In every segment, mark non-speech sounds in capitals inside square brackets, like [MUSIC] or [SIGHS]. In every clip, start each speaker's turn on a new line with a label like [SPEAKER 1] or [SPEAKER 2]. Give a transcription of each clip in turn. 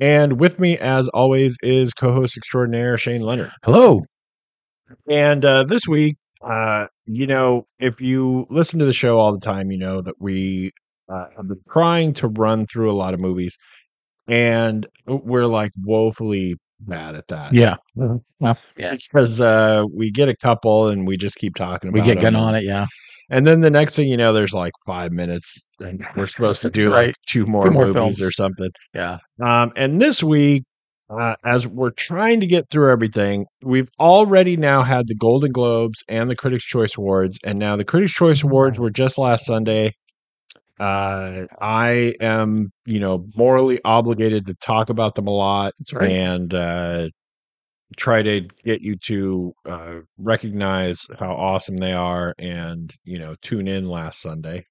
[SPEAKER 1] And with me, as always, is co host extraordinaire Shane Leonard.
[SPEAKER 2] Hello.
[SPEAKER 1] And uh, this week, uh, you know, if you listen to the show all the time, you know that we uh, have been trying to run through a lot of movies, and we're like woefully bad at that.
[SPEAKER 2] Yeah.
[SPEAKER 1] Mm-hmm.
[SPEAKER 2] Well, yeah.
[SPEAKER 1] Because uh, we get a couple and we just keep talking about
[SPEAKER 2] We get
[SPEAKER 1] them.
[SPEAKER 2] gun on it. Yeah.
[SPEAKER 1] And then the next thing you know, there's like five minutes and we're supposed to do like
[SPEAKER 2] Right.
[SPEAKER 1] two more,
[SPEAKER 2] more
[SPEAKER 1] movies
[SPEAKER 2] films.
[SPEAKER 1] or something.
[SPEAKER 2] Yeah.
[SPEAKER 1] Um, and this week, uh, as we're trying to get through everything, we've already now had the Golden Globes and the Critics' Choice Awards, and now the Critics' Choice
[SPEAKER 2] Mm-hmm.
[SPEAKER 1] Awards were just last Sunday. Uh, I am, you know, morally obligated to talk about them a lot
[SPEAKER 2] That's right.
[SPEAKER 1] and uh, try to get you to uh, recognize how awesome they are, and you know, tune in last Sunday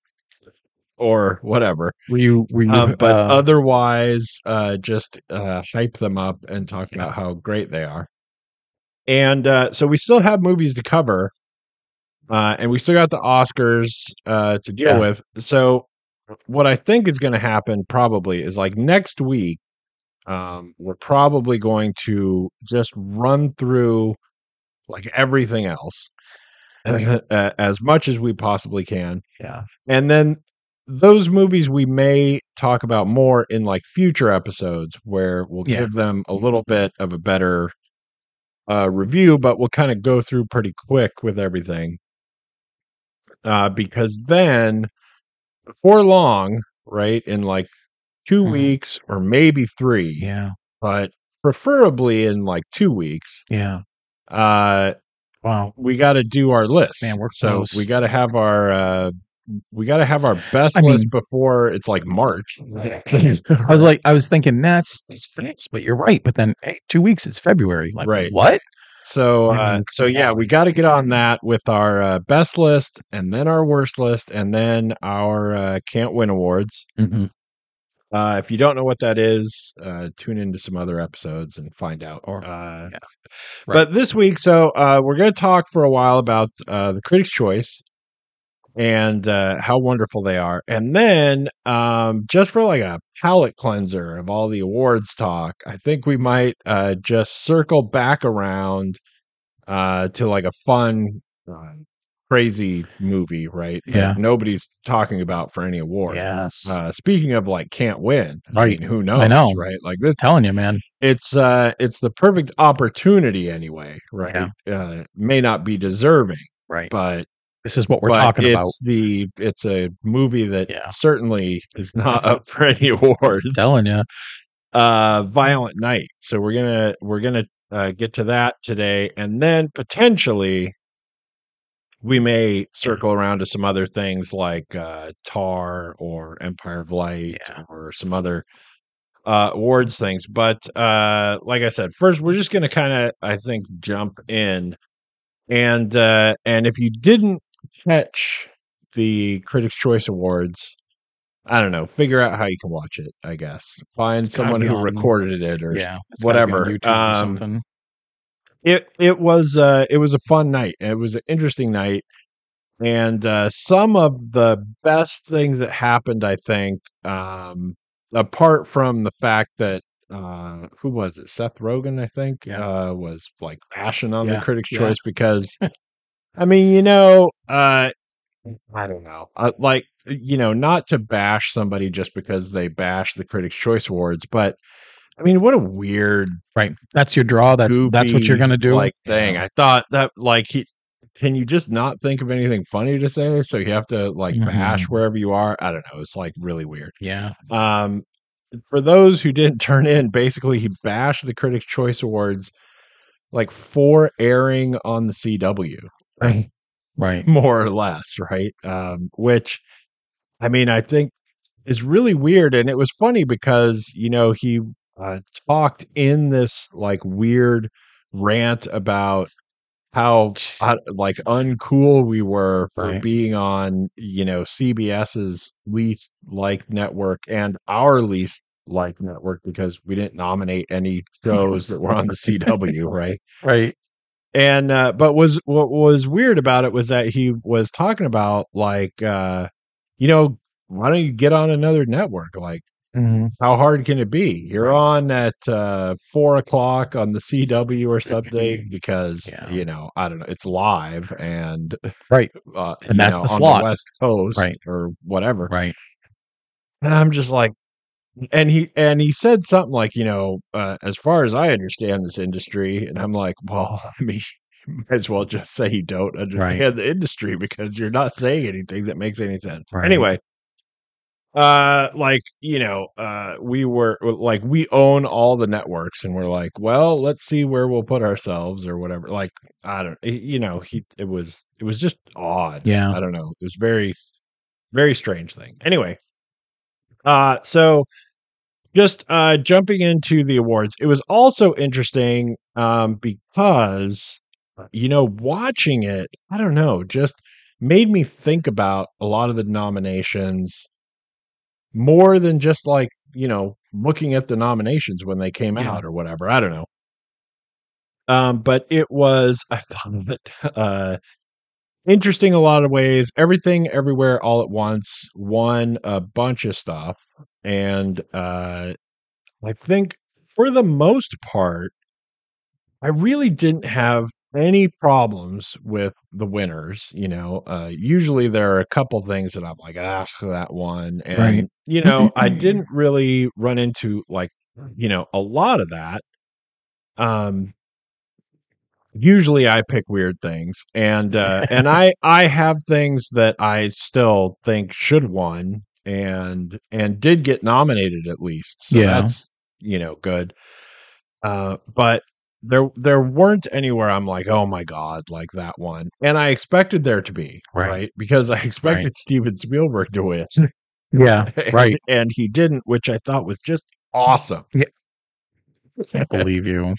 [SPEAKER 1] or whatever
[SPEAKER 2] Were you, were you,
[SPEAKER 1] um, but
[SPEAKER 2] uh,
[SPEAKER 1] otherwise, uh, just uh, hype them up and talk about how great they are. And uh, so we still have movies to cover, uh, and we still got the Oscars uh, to deal
[SPEAKER 2] Yeah.
[SPEAKER 1] with. So, what I think is going to happen probably is like next week, um, we're probably going to just run through like everything else [LAUGHS] uh, as much as we possibly can
[SPEAKER 2] yeah.
[SPEAKER 1] and then those movies we may talk about more in like future episodes where we'll
[SPEAKER 2] Yeah.
[SPEAKER 1] give them a little bit of a better uh review but we'll kind of go through pretty quick with everything uh because then before long right in like 2
[SPEAKER 2] Mhm.
[SPEAKER 1] weeks or maybe 3
[SPEAKER 2] Yeah.
[SPEAKER 1] but preferably in like 2 weeks
[SPEAKER 2] Yeah.
[SPEAKER 1] uh [LAUGHS]
[SPEAKER 2] Wow.
[SPEAKER 1] we got to do our list
[SPEAKER 2] Man, we're
[SPEAKER 1] so
[SPEAKER 2] close.
[SPEAKER 1] we got to have our uh we got to have our best
[SPEAKER 2] I
[SPEAKER 1] list
[SPEAKER 2] mean-
[SPEAKER 1] before it's like march
[SPEAKER 2] I was like, I was thinking that's, it's fast, but you're right. But then hey, two weeks is February. Like,
[SPEAKER 1] Right.
[SPEAKER 2] what?
[SPEAKER 1] So,
[SPEAKER 2] I
[SPEAKER 1] uh,
[SPEAKER 2] mean,
[SPEAKER 1] so yeah, we got to get on that with our uh, best list, and then our worst list, and then our uh, can't win awards.
[SPEAKER 2] Mm-hmm.
[SPEAKER 1] Uh, if you don't know what that is, uh, tune into some other episodes and find out.
[SPEAKER 2] Or-
[SPEAKER 1] uh,
[SPEAKER 2] yeah.
[SPEAKER 1] But this week, so uh, we're going to talk for a while about uh, the Critics' Choice and uh, how wonderful they are, and then um, just for like a palate cleanser of all the awards talk, I think we might uh, just circle back around uh, to like a fun. Uh, crazy movie right that
[SPEAKER 2] Yeah.
[SPEAKER 1] nobody's talking about for any award
[SPEAKER 2] Yes.
[SPEAKER 1] uh, speaking of like can't win, I
[SPEAKER 2] Right.
[SPEAKER 1] mean, who knows?
[SPEAKER 2] know.
[SPEAKER 1] right? Like this,
[SPEAKER 2] telling you, man.
[SPEAKER 1] it's uh, it's the perfect opportunity anyway, right? Uh, may not be deserving,
[SPEAKER 2] Right.
[SPEAKER 1] but
[SPEAKER 2] This is what we're
[SPEAKER 1] but
[SPEAKER 2] talking
[SPEAKER 1] it's
[SPEAKER 2] about.
[SPEAKER 1] the it's a movie that
[SPEAKER 2] Yeah.
[SPEAKER 1] certainly is not [LAUGHS] up for any awards.
[SPEAKER 2] Telling you.
[SPEAKER 1] Uh, Violent Night. So we're gonna we're gonna uh, get to that today, and then potentially. We may circle around to some other things like uh, Tar or Empire of Light
[SPEAKER 2] Yeah.
[SPEAKER 1] or some other uh, awards things. But uh, like I said, first we're just going to kind of, I think, jump in, and uh, and if you didn't catch the Critics' Choice Awards, I don't know, figure out how you can watch it. I guess find
[SPEAKER 2] It's gotta
[SPEAKER 1] someone
[SPEAKER 2] be
[SPEAKER 1] who
[SPEAKER 2] on-
[SPEAKER 1] recorded it or
[SPEAKER 2] Yeah. It's gotta be on
[SPEAKER 1] whatever.
[SPEAKER 2] YouTube or
[SPEAKER 1] Um,
[SPEAKER 2] something.
[SPEAKER 1] it it was uh it was a fun night it was an interesting night and uh some of the best things that happened i think um apart from the fact that uh who was it seth rogen i think
[SPEAKER 2] Yeah.
[SPEAKER 1] uh was like bashing on the
[SPEAKER 2] Yeah,
[SPEAKER 1] critics
[SPEAKER 2] yeah.
[SPEAKER 1] choice
[SPEAKER 2] [LAUGHS]
[SPEAKER 1] because i mean you know uh i don't know uh, like you know not to bash somebody just because they bash the critics choice awards but i mean what a weird
[SPEAKER 2] Right. That's your draw. That's, that's what you're
[SPEAKER 1] goofy,
[SPEAKER 2] going to do.
[SPEAKER 1] Like, dang,
[SPEAKER 2] Yeah.
[SPEAKER 1] I thought that like he can you just not think of anything funny to say? So you have to like bash
[SPEAKER 2] Mhm.
[SPEAKER 1] wherever you are. I don't know. It's like really weird.
[SPEAKER 2] Yeah.
[SPEAKER 1] Um for those who didn't [LAUGHS] turn in, basically he bashed the Critics Choice Awards like for airing on the CW.
[SPEAKER 2] Right.
[SPEAKER 1] [LAUGHS] more or less, right? Um, which I mean, I think is really weird. And it was funny because, you know, he uh, talked in this like weird rant about how
[SPEAKER 2] Jeez.
[SPEAKER 1] uh, like uncool we were for
[SPEAKER 2] Right.
[SPEAKER 1] being on you know CBS's least like network and our least like network because we didn't nominate any shows that were on the CW right
[SPEAKER 2] Right.
[SPEAKER 1] and uh, but was what was weird about it was that he was talking about like uh you know why don't you get on another network like
[SPEAKER 2] Mhm.
[SPEAKER 1] how hard can it be? You're on at uh, four o'clock on the CW or
[SPEAKER 2] [LAUGHS]
[SPEAKER 1] something because
[SPEAKER 2] Yeah.
[SPEAKER 1] you know I don't know it's live and
[SPEAKER 2] Right.
[SPEAKER 1] uh,
[SPEAKER 2] And
[SPEAKER 1] you
[SPEAKER 2] that's
[SPEAKER 1] know, on
[SPEAKER 2] the slot.
[SPEAKER 1] the West Coast
[SPEAKER 2] Right.
[SPEAKER 1] or whatever.
[SPEAKER 2] Right.
[SPEAKER 1] And I'm just like, and he and he said something like, you know, uh, as far as I understand this industry, and I'm like, well, [LAUGHS] I mean. you Might as well just say you don't understand the industry because you're not saying anything that makes any sense.
[SPEAKER 2] Right.
[SPEAKER 1] Anyway, uh like you know uh we were like we own all the networks and we're like well let's see where we'll put ourselves or whatever like i don't you know he it was it was just odd
[SPEAKER 2] Yeah.
[SPEAKER 1] i don't know it was very very strange thing anyway uh so just uh jumping into the awards it was also interesting um because Uh, you know watching it i don't know just made me think about a lot of the nominations more than just like you know looking at the nominations when they came
[SPEAKER 2] Yeah.
[SPEAKER 1] out or whatever i don't know um but it was i [LAUGHS] found it uh interesting a lot of ways everything everywhere all at once won a bunch of stuff and uh i think for the most part i really didn't have any problems with the winners you know uh usually there are a couple things that i'm like ah that one and
[SPEAKER 2] Right.
[SPEAKER 1] you know i didn't really run into like you know a lot of that um usually i pick weird things and uh
[SPEAKER 2] [LAUGHS]
[SPEAKER 1] and i i have things that i still think should won and and did get nominated at least so
[SPEAKER 2] Yeah.
[SPEAKER 1] that's you know good uh but there there weren't anywhere i'm like oh my god like that one and i expected there to be
[SPEAKER 2] Right.
[SPEAKER 1] right, because i [LAUGHS] expected steven spielberg to win
[SPEAKER 2] Yeah. [LAUGHS] Right.
[SPEAKER 1] [LAUGHS] and he didn't which i thought was just awesome
[SPEAKER 2] I believe you.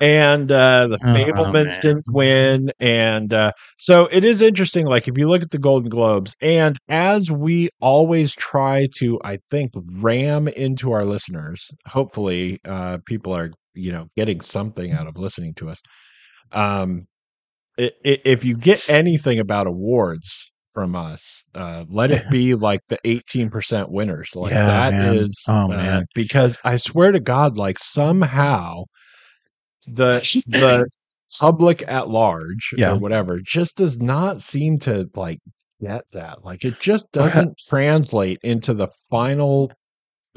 [SPEAKER 1] and uh, the
[SPEAKER 2] Oh, oh,
[SPEAKER 1] Fablemans
[SPEAKER 2] man.
[SPEAKER 1] didn't win, and uh, so it is interesting. Like if you look at the Golden Globes, and as we always try to, I think, ram into our listeners. Hopefully, uh, people are you know getting something out of listening to us. Um, i- i- if you get anything about awards from us, uh, let it be like the eighteen percent winners. Like
[SPEAKER 2] Yeah,
[SPEAKER 1] that is
[SPEAKER 2] man. Oh,
[SPEAKER 1] uh,
[SPEAKER 2] man.
[SPEAKER 1] because I swear to God, like somehow the
[SPEAKER 2] [LAUGHS]
[SPEAKER 1] the public at large
[SPEAKER 2] Yeah.
[SPEAKER 1] or whatever just does not seem to like get that like it just
[SPEAKER 2] Well,
[SPEAKER 1] doesn't translate into the final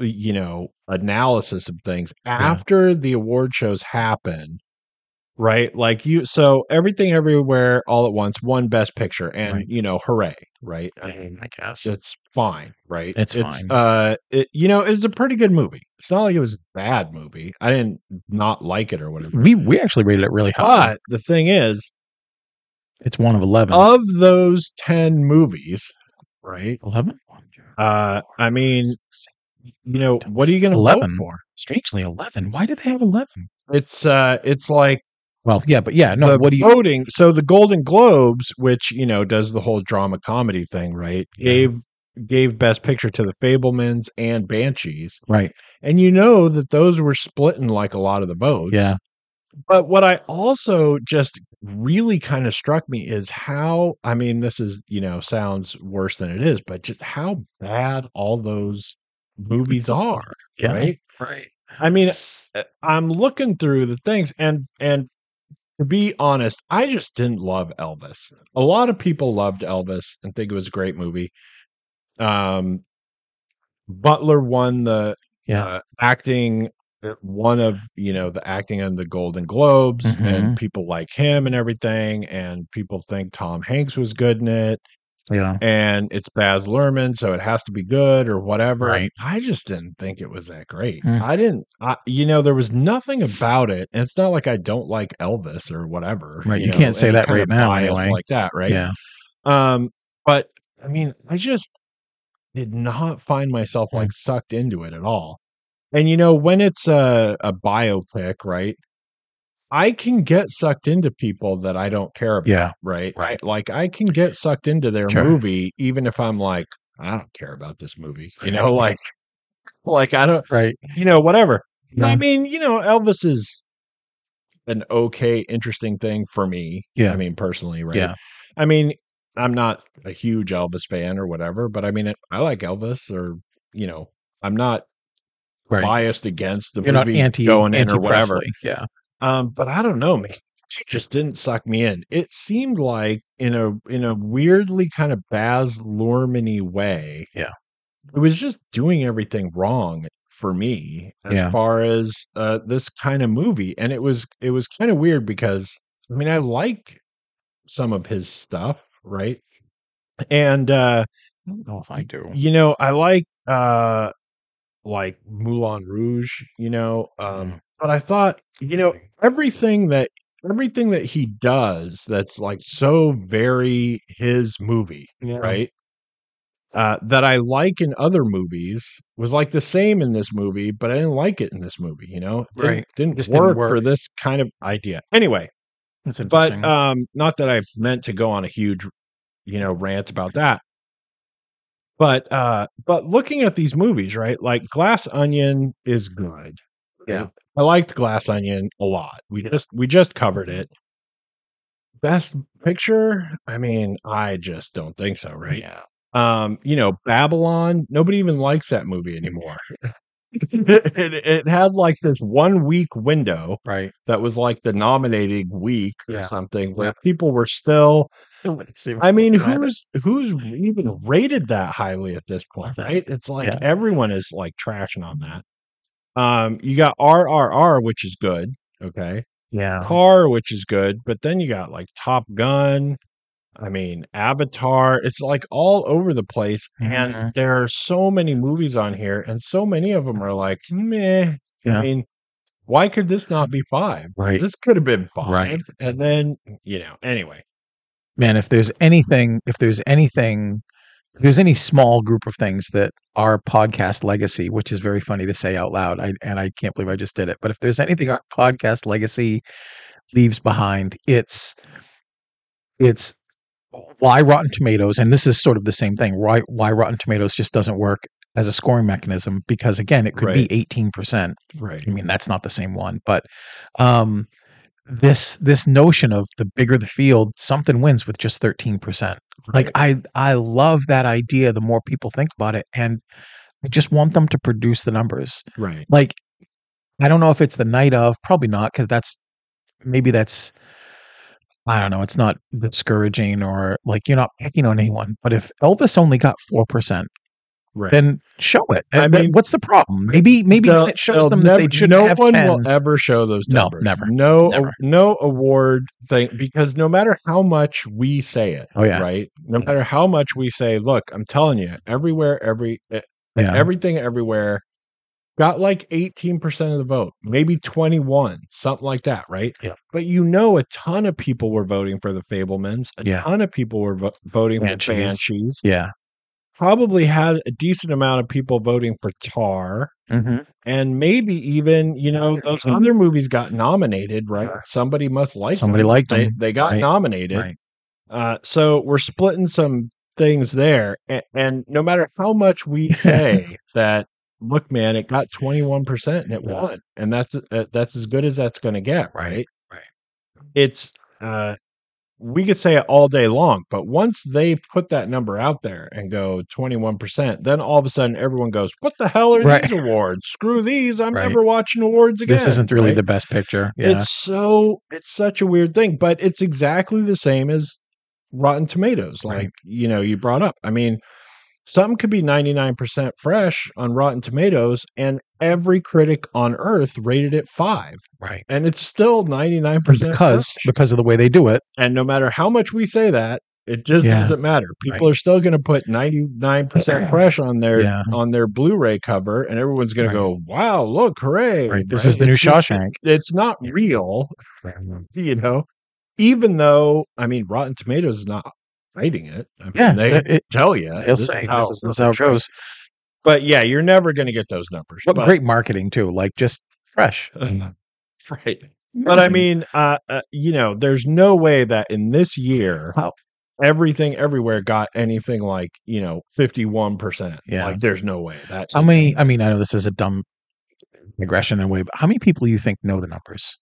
[SPEAKER 1] you know analysis of things after the award shows happen right like you so everything everywhere all at once one best picture and
[SPEAKER 2] Right.
[SPEAKER 1] you know hooray right
[SPEAKER 2] I mean, I guess.
[SPEAKER 1] it's fine, right?
[SPEAKER 2] It's fine.
[SPEAKER 1] Uh, it, you know, it's a pretty good movie. It's not like it was a bad movie. I didn't not like it or whatever.
[SPEAKER 2] We we actually rated it really high.
[SPEAKER 1] But the thing is,
[SPEAKER 2] it's one of eleven.
[SPEAKER 1] of those ten movies, right?
[SPEAKER 2] eleven.
[SPEAKER 1] Uh, I mean, you know, what are you going to vote
[SPEAKER 2] 11.
[SPEAKER 1] for?
[SPEAKER 2] strangely eleven. Why do they have eleven?
[SPEAKER 1] It's uh, it's like
[SPEAKER 2] Well, yeah, but yeah, no.
[SPEAKER 1] the
[SPEAKER 2] What do you?
[SPEAKER 1] voting. So the Golden Globes, which you know does the whole drama comedy thing, right?
[SPEAKER 2] Yeah.
[SPEAKER 1] Gave gave Best Picture to The Fablemans and Banshees.
[SPEAKER 2] Right.
[SPEAKER 1] And you know that those were splitting like a lot of the votes.
[SPEAKER 2] Yeah.
[SPEAKER 1] But what I also just really kind of struck me is how, I mean, this is, you know, sounds worse than it is, but just how bad all those movies are,
[SPEAKER 2] Yeah.
[SPEAKER 1] right?
[SPEAKER 2] Right.
[SPEAKER 1] I
[SPEAKER 2] [SIGHS]
[SPEAKER 1] mean, uh, I'm looking through the things and, and, to be honest, I just didn't love Elvis. A lot of people loved Elvis and think it was a great movie. Um, Butler won the
[SPEAKER 2] Yeah.
[SPEAKER 1] uh, acting uh, one of you know the acting on the golden globes
[SPEAKER 2] Mm-hmm.
[SPEAKER 1] and people like him and everything and people think tom hanks was good in it
[SPEAKER 2] yeah.
[SPEAKER 1] and it's baz luhrmann so it has to be good or whatever
[SPEAKER 2] Right.
[SPEAKER 1] i just didn't think it was that great
[SPEAKER 2] Hmm.
[SPEAKER 1] i didn't I, you know there was nothing about it and it's not like i don't like elvis or whatever
[SPEAKER 2] Right, you
[SPEAKER 1] know,
[SPEAKER 2] can't say
[SPEAKER 1] any
[SPEAKER 2] that
[SPEAKER 1] kind
[SPEAKER 2] right
[SPEAKER 1] of
[SPEAKER 2] now,
[SPEAKER 1] bias
[SPEAKER 2] anyway.
[SPEAKER 1] like that right
[SPEAKER 2] Yeah.
[SPEAKER 1] um, but I mean, I just did not find myself like sucked into it at all. And you know, when it's a, a biopic, right? I can get sucked into people that I don't care about,
[SPEAKER 2] Yeah.
[SPEAKER 1] right?
[SPEAKER 2] Right.
[SPEAKER 1] Like I can get sucked into their
[SPEAKER 2] Sure.
[SPEAKER 1] movie even if I'm like, I don't care about this movie. You know, like like I don't
[SPEAKER 2] Right.
[SPEAKER 1] you know, whatever.
[SPEAKER 2] Yeah.
[SPEAKER 1] I mean, you know, Elvis is an okay, interesting thing for me.
[SPEAKER 2] Yeah.
[SPEAKER 1] I mean, personally, right?
[SPEAKER 2] Yeah.
[SPEAKER 1] I mean, I'm not a huge Elvis fan or whatever, but I mean, I like Elvis or, you know, I'm not
[SPEAKER 2] Right.
[SPEAKER 1] biased against the
[SPEAKER 2] You're not
[SPEAKER 1] movie
[SPEAKER 2] anti
[SPEAKER 1] going in
[SPEAKER 2] anti
[SPEAKER 1] or whatever.
[SPEAKER 2] Presley. Yeah.
[SPEAKER 1] Um, but I don't know, man. It just didn't suck me in. It seemed like in a in a weirdly kind of Baz Luhrmanny way.
[SPEAKER 2] Yeah.
[SPEAKER 1] it was just doing everything wrong for me as
[SPEAKER 2] Yeah.
[SPEAKER 1] far as uh, this kind of movie, and it was it was kind of weird because I mean I like some of his stuff, right? And uh,
[SPEAKER 2] I don't know if I do.
[SPEAKER 1] you know i like uh like moulin rouge you know um
[SPEAKER 2] Mhm.
[SPEAKER 1] but i thought you know everything that everything that he does that's like so very his movie
[SPEAKER 2] Yeah.
[SPEAKER 1] right uh that i like in other movies was like the same in this movie but i didn't like it in this movie you know It didn't,
[SPEAKER 2] Right.
[SPEAKER 1] didn't,
[SPEAKER 2] Just didn't
[SPEAKER 1] work for
[SPEAKER 2] work.
[SPEAKER 1] this kind of idea anyway
[SPEAKER 2] That's
[SPEAKER 1] but
[SPEAKER 2] interesting.
[SPEAKER 1] um not that i've meant to go on a huge you know rant about that but uh but looking at these movies right like glass onion is good
[SPEAKER 2] Yeah.
[SPEAKER 1] i liked glass onion a lot we just we just covered it best picture i mean i just don't think so right
[SPEAKER 2] Yeah.
[SPEAKER 1] um you know babylon nobody even likes that movie anymore [LAUGHS] it, it had like this one week window
[SPEAKER 2] [LAUGHS] Right.
[SPEAKER 1] that was like the nominating week or
[SPEAKER 2] Yeah.
[SPEAKER 1] something where
[SPEAKER 2] Yeah.
[SPEAKER 1] people were still I mean
[SPEAKER 2] who is
[SPEAKER 1] who's who's even rated that highly at this point right it's like
[SPEAKER 2] Yeah.
[SPEAKER 1] everyone is like trashing on that um you got RRR which is good okay
[SPEAKER 2] Yeah.
[SPEAKER 1] car which is good but then you got like Top Gun I mean Avatar it's like all over the place and
[SPEAKER 2] Mhm.
[SPEAKER 1] there are so many movies on here and so many of them are like meh I
[SPEAKER 2] Yeah.
[SPEAKER 1] mean why could this not be 5
[SPEAKER 2] Right.
[SPEAKER 1] this could have been five.
[SPEAKER 2] Right.
[SPEAKER 1] And then, you know, anyway.
[SPEAKER 2] man, if there's anything, if there's anything, if there's any small group of things that our podcast legacy, which is very funny to say out loud, I, and I can't believe I just did it, but if there's anything our podcast legacy leaves behind, it's it's why Rotten Tomatoes, and this is sort of the same thing. Why why Rotten Tomatoes just doesn't work as a scoring mechanism because again, it could
[SPEAKER 1] Right.
[SPEAKER 2] be eighteen percent.
[SPEAKER 1] Right. [LAUGHS]
[SPEAKER 2] I mean, that's not the same one, but um, this this notion of the bigger the field, something wins with just thirteen percent. Like I I love that idea. The more people think about it, and I just want them to produce the numbers.
[SPEAKER 1] right.
[SPEAKER 2] Like I don't know if it's the night of, probably not, because that's maybe that's I don't know. It's not discouraging or like you're not picking on anyone. But if Elvis only got four percent,
[SPEAKER 1] Right.
[SPEAKER 2] then show it.
[SPEAKER 1] I
[SPEAKER 2] And then
[SPEAKER 1] mean-
[SPEAKER 2] what's the problem? Maybe maybe
[SPEAKER 1] They'll-
[SPEAKER 2] it
[SPEAKER 1] they'll
[SPEAKER 2] shows them that
[SPEAKER 1] never-
[SPEAKER 2] they shouldn't
[SPEAKER 1] no
[SPEAKER 2] have
[SPEAKER 1] one
[SPEAKER 2] 10.
[SPEAKER 1] will ever show those
[SPEAKER 2] No,
[SPEAKER 1] numbers.
[SPEAKER 2] never.
[SPEAKER 1] No,
[SPEAKER 2] Never.
[SPEAKER 1] no award thing because no matter how much we say it,
[SPEAKER 2] Oh yeah,
[SPEAKER 1] right? No matter how much we say, look, I'm telling you, everywhere, every, eh,
[SPEAKER 2] yeah,
[SPEAKER 1] everything, everywhere got like 18% of the vote, maybe 21, something like that, right?
[SPEAKER 2] Yeah.
[SPEAKER 1] But you know, a ton of people were voting for the Fablemans, a
[SPEAKER 2] Yeah.
[SPEAKER 1] ton of people were vo- voting for
[SPEAKER 2] Banshees.
[SPEAKER 1] Banshees.
[SPEAKER 2] yeah.
[SPEAKER 1] probably had a decent amount of people voting for Tar, and maybe even you know those
[SPEAKER 2] Mhm.
[SPEAKER 1] other movies got nominated, right?
[SPEAKER 2] Sure.
[SPEAKER 1] Somebody must like
[SPEAKER 2] Somebody
[SPEAKER 1] them.
[SPEAKER 2] liked
[SPEAKER 1] they,
[SPEAKER 2] them,
[SPEAKER 1] They got
[SPEAKER 2] right,
[SPEAKER 1] nominated,
[SPEAKER 2] Right.
[SPEAKER 1] uh, so we're splitting some things there, and, and no matter how much
[SPEAKER 2] [LAUGHS]
[SPEAKER 1] we say that, look, man, it got twenty one percent and it
[SPEAKER 2] Yeah.
[SPEAKER 1] won, and that's uh, that's as good as that's going to get,
[SPEAKER 2] Right,
[SPEAKER 1] right?
[SPEAKER 2] right.
[SPEAKER 1] It's uh, we could say it all day long, but once they put that number out there and go twenty one percent, then all of a sudden everyone goes, "What the hell are
[SPEAKER 2] Right.
[SPEAKER 1] these awards? Screw these! I'm
[SPEAKER 2] Right.
[SPEAKER 1] never watching awards again."
[SPEAKER 2] This isn't really
[SPEAKER 1] right?
[SPEAKER 2] the best picture. Yeah,
[SPEAKER 1] It's so it's such a weird thing, but it's exactly the same as Rotten Tomatoes, like
[SPEAKER 2] Right.
[SPEAKER 1] you know, you brought up. I mean, something could be 99% fresh on Rotten Tomatoes, and every critic on earth rated it five,
[SPEAKER 2] right.
[SPEAKER 1] and it's still 99%
[SPEAKER 2] Because
[SPEAKER 1] fresh.
[SPEAKER 2] because of the way they do it.
[SPEAKER 1] and no matter how much we say that, it just
[SPEAKER 2] Yeah.
[SPEAKER 1] doesn't matter. People are still going to put
[SPEAKER 2] [CLEARS THROAT]
[SPEAKER 1] 99% fresh on their
[SPEAKER 2] Yeah.
[SPEAKER 1] on their Blu-ray cover, and everyone's going
[SPEAKER 2] Uh-huh. Right.
[SPEAKER 1] to go, "Wow, look, hooray!"
[SPEAKER 2] Right. This is the new
[SPEAKER 1] It's just-
[SPEAKER 2] Shawshank.
[SPEAKER 1] It's not
[SPEAKER 2] Yeah.
[SPEAKER 1] real, [LAUGHS] you know. Even though, I mean, Rotten Tomatoes is not writing it. I mean,
[SPEAKER 2] Yeah,
[SPEAKER 1] they
[SPEAKER 2] th- it-
[SPEAKER 1] tell you.
[SPEAKER 2] They'll say this is, this is how it goes.
[SPEAKER 1] But yeah, you're [LAUGHS] never going to get those numbers.
[SPEAKER 2] What
[SPEAKER 1] but,
[SPEAKER 2] great marketing too. Like just fresh.
[SPEAKER 1] right. But I mean, uh, uh, you know, there's no way that in this year,
[SPEAKER 2] How-
[SPEAKER 1] everything everywhere got anything like you know 51 percent.
[SPEAKER 2] Yeah.
[SPEAKER 1] like there's no way that.
[SPEAKER 2] how many? I mean, I know this is a dumb digression in a way, but how many people do you think know the numbers?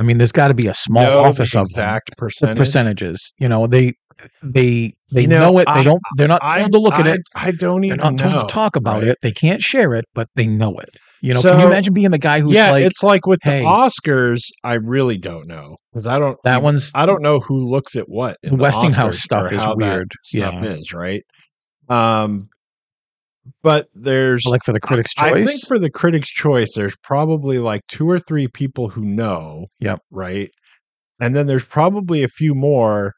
[SPEAKER 2] I mean, there's got to be a small
[SPEAKER 1] know the
[SPEAKER 2] office of them.
[SPEAKER 1] exact
[SPEAKER 2] the
[SPEAKER 1] percentage.
[SPEAKER 2] percentages. You know, they they they
[SPEAKER 1] You know,
[SPEAKER 2] know, it. They
[SPEAKER 1] I-
[SPEAKER 2] don't. They're not
[SPEAKER 1] I
[SPEAKER 2] told to look at
[SPEAKER 1] I-
[SPEAKER 2] it.
[SPEAKER 1] I don't
[SPEAKER 2] They're
[SPEAKER 1] even
[SPEAKER 2] not told
[SPEAKER 1] know.
[SPEAKER 2] to talk about
[SPEAKER 1] right?
[SPEAKER 2] it. They can't share it, but they know it. You know, can you
[SPEAKER 1] So-
[SPEAKER 2] imagine being the guy who's
[SPEAKER 1] yeah,
[SPEAKER 2] like
[SPEAKER 1] it's like with
[SPEAKER 2] hey.
[SPEAKER 1] the Oscars. I really don't know because I don't
[SPEAKER 2] that one's
[SPEAKER 1] I don't know who looks at what. in
[SPEAKER 2] The
[SPEAKER 1] the
[SPEAKER 2] Westinghouse
[SPEAKER 1] Oscars
[SPEAKER 2] stuff
[SPEAKER 1] or
[SPEAKER 2] is
[SPEAKER 1] how that
[SPEAKER 2] weird.
[SPEAKER 1] Stuff
[SPEAKER 2] Yeah.
[SPEAKER 1] is right. Um, but there's
[SPEAKER 2] like for the critics'
[SPEAKER 1] I- I
[SPEAKER 2] choice?
[SPEAKER 1] think for the critics' choice, there's probably like two or three people who know.
[SPEAKER 2] Yep.
[SPEAKER 1] Right. And then there's probably a few more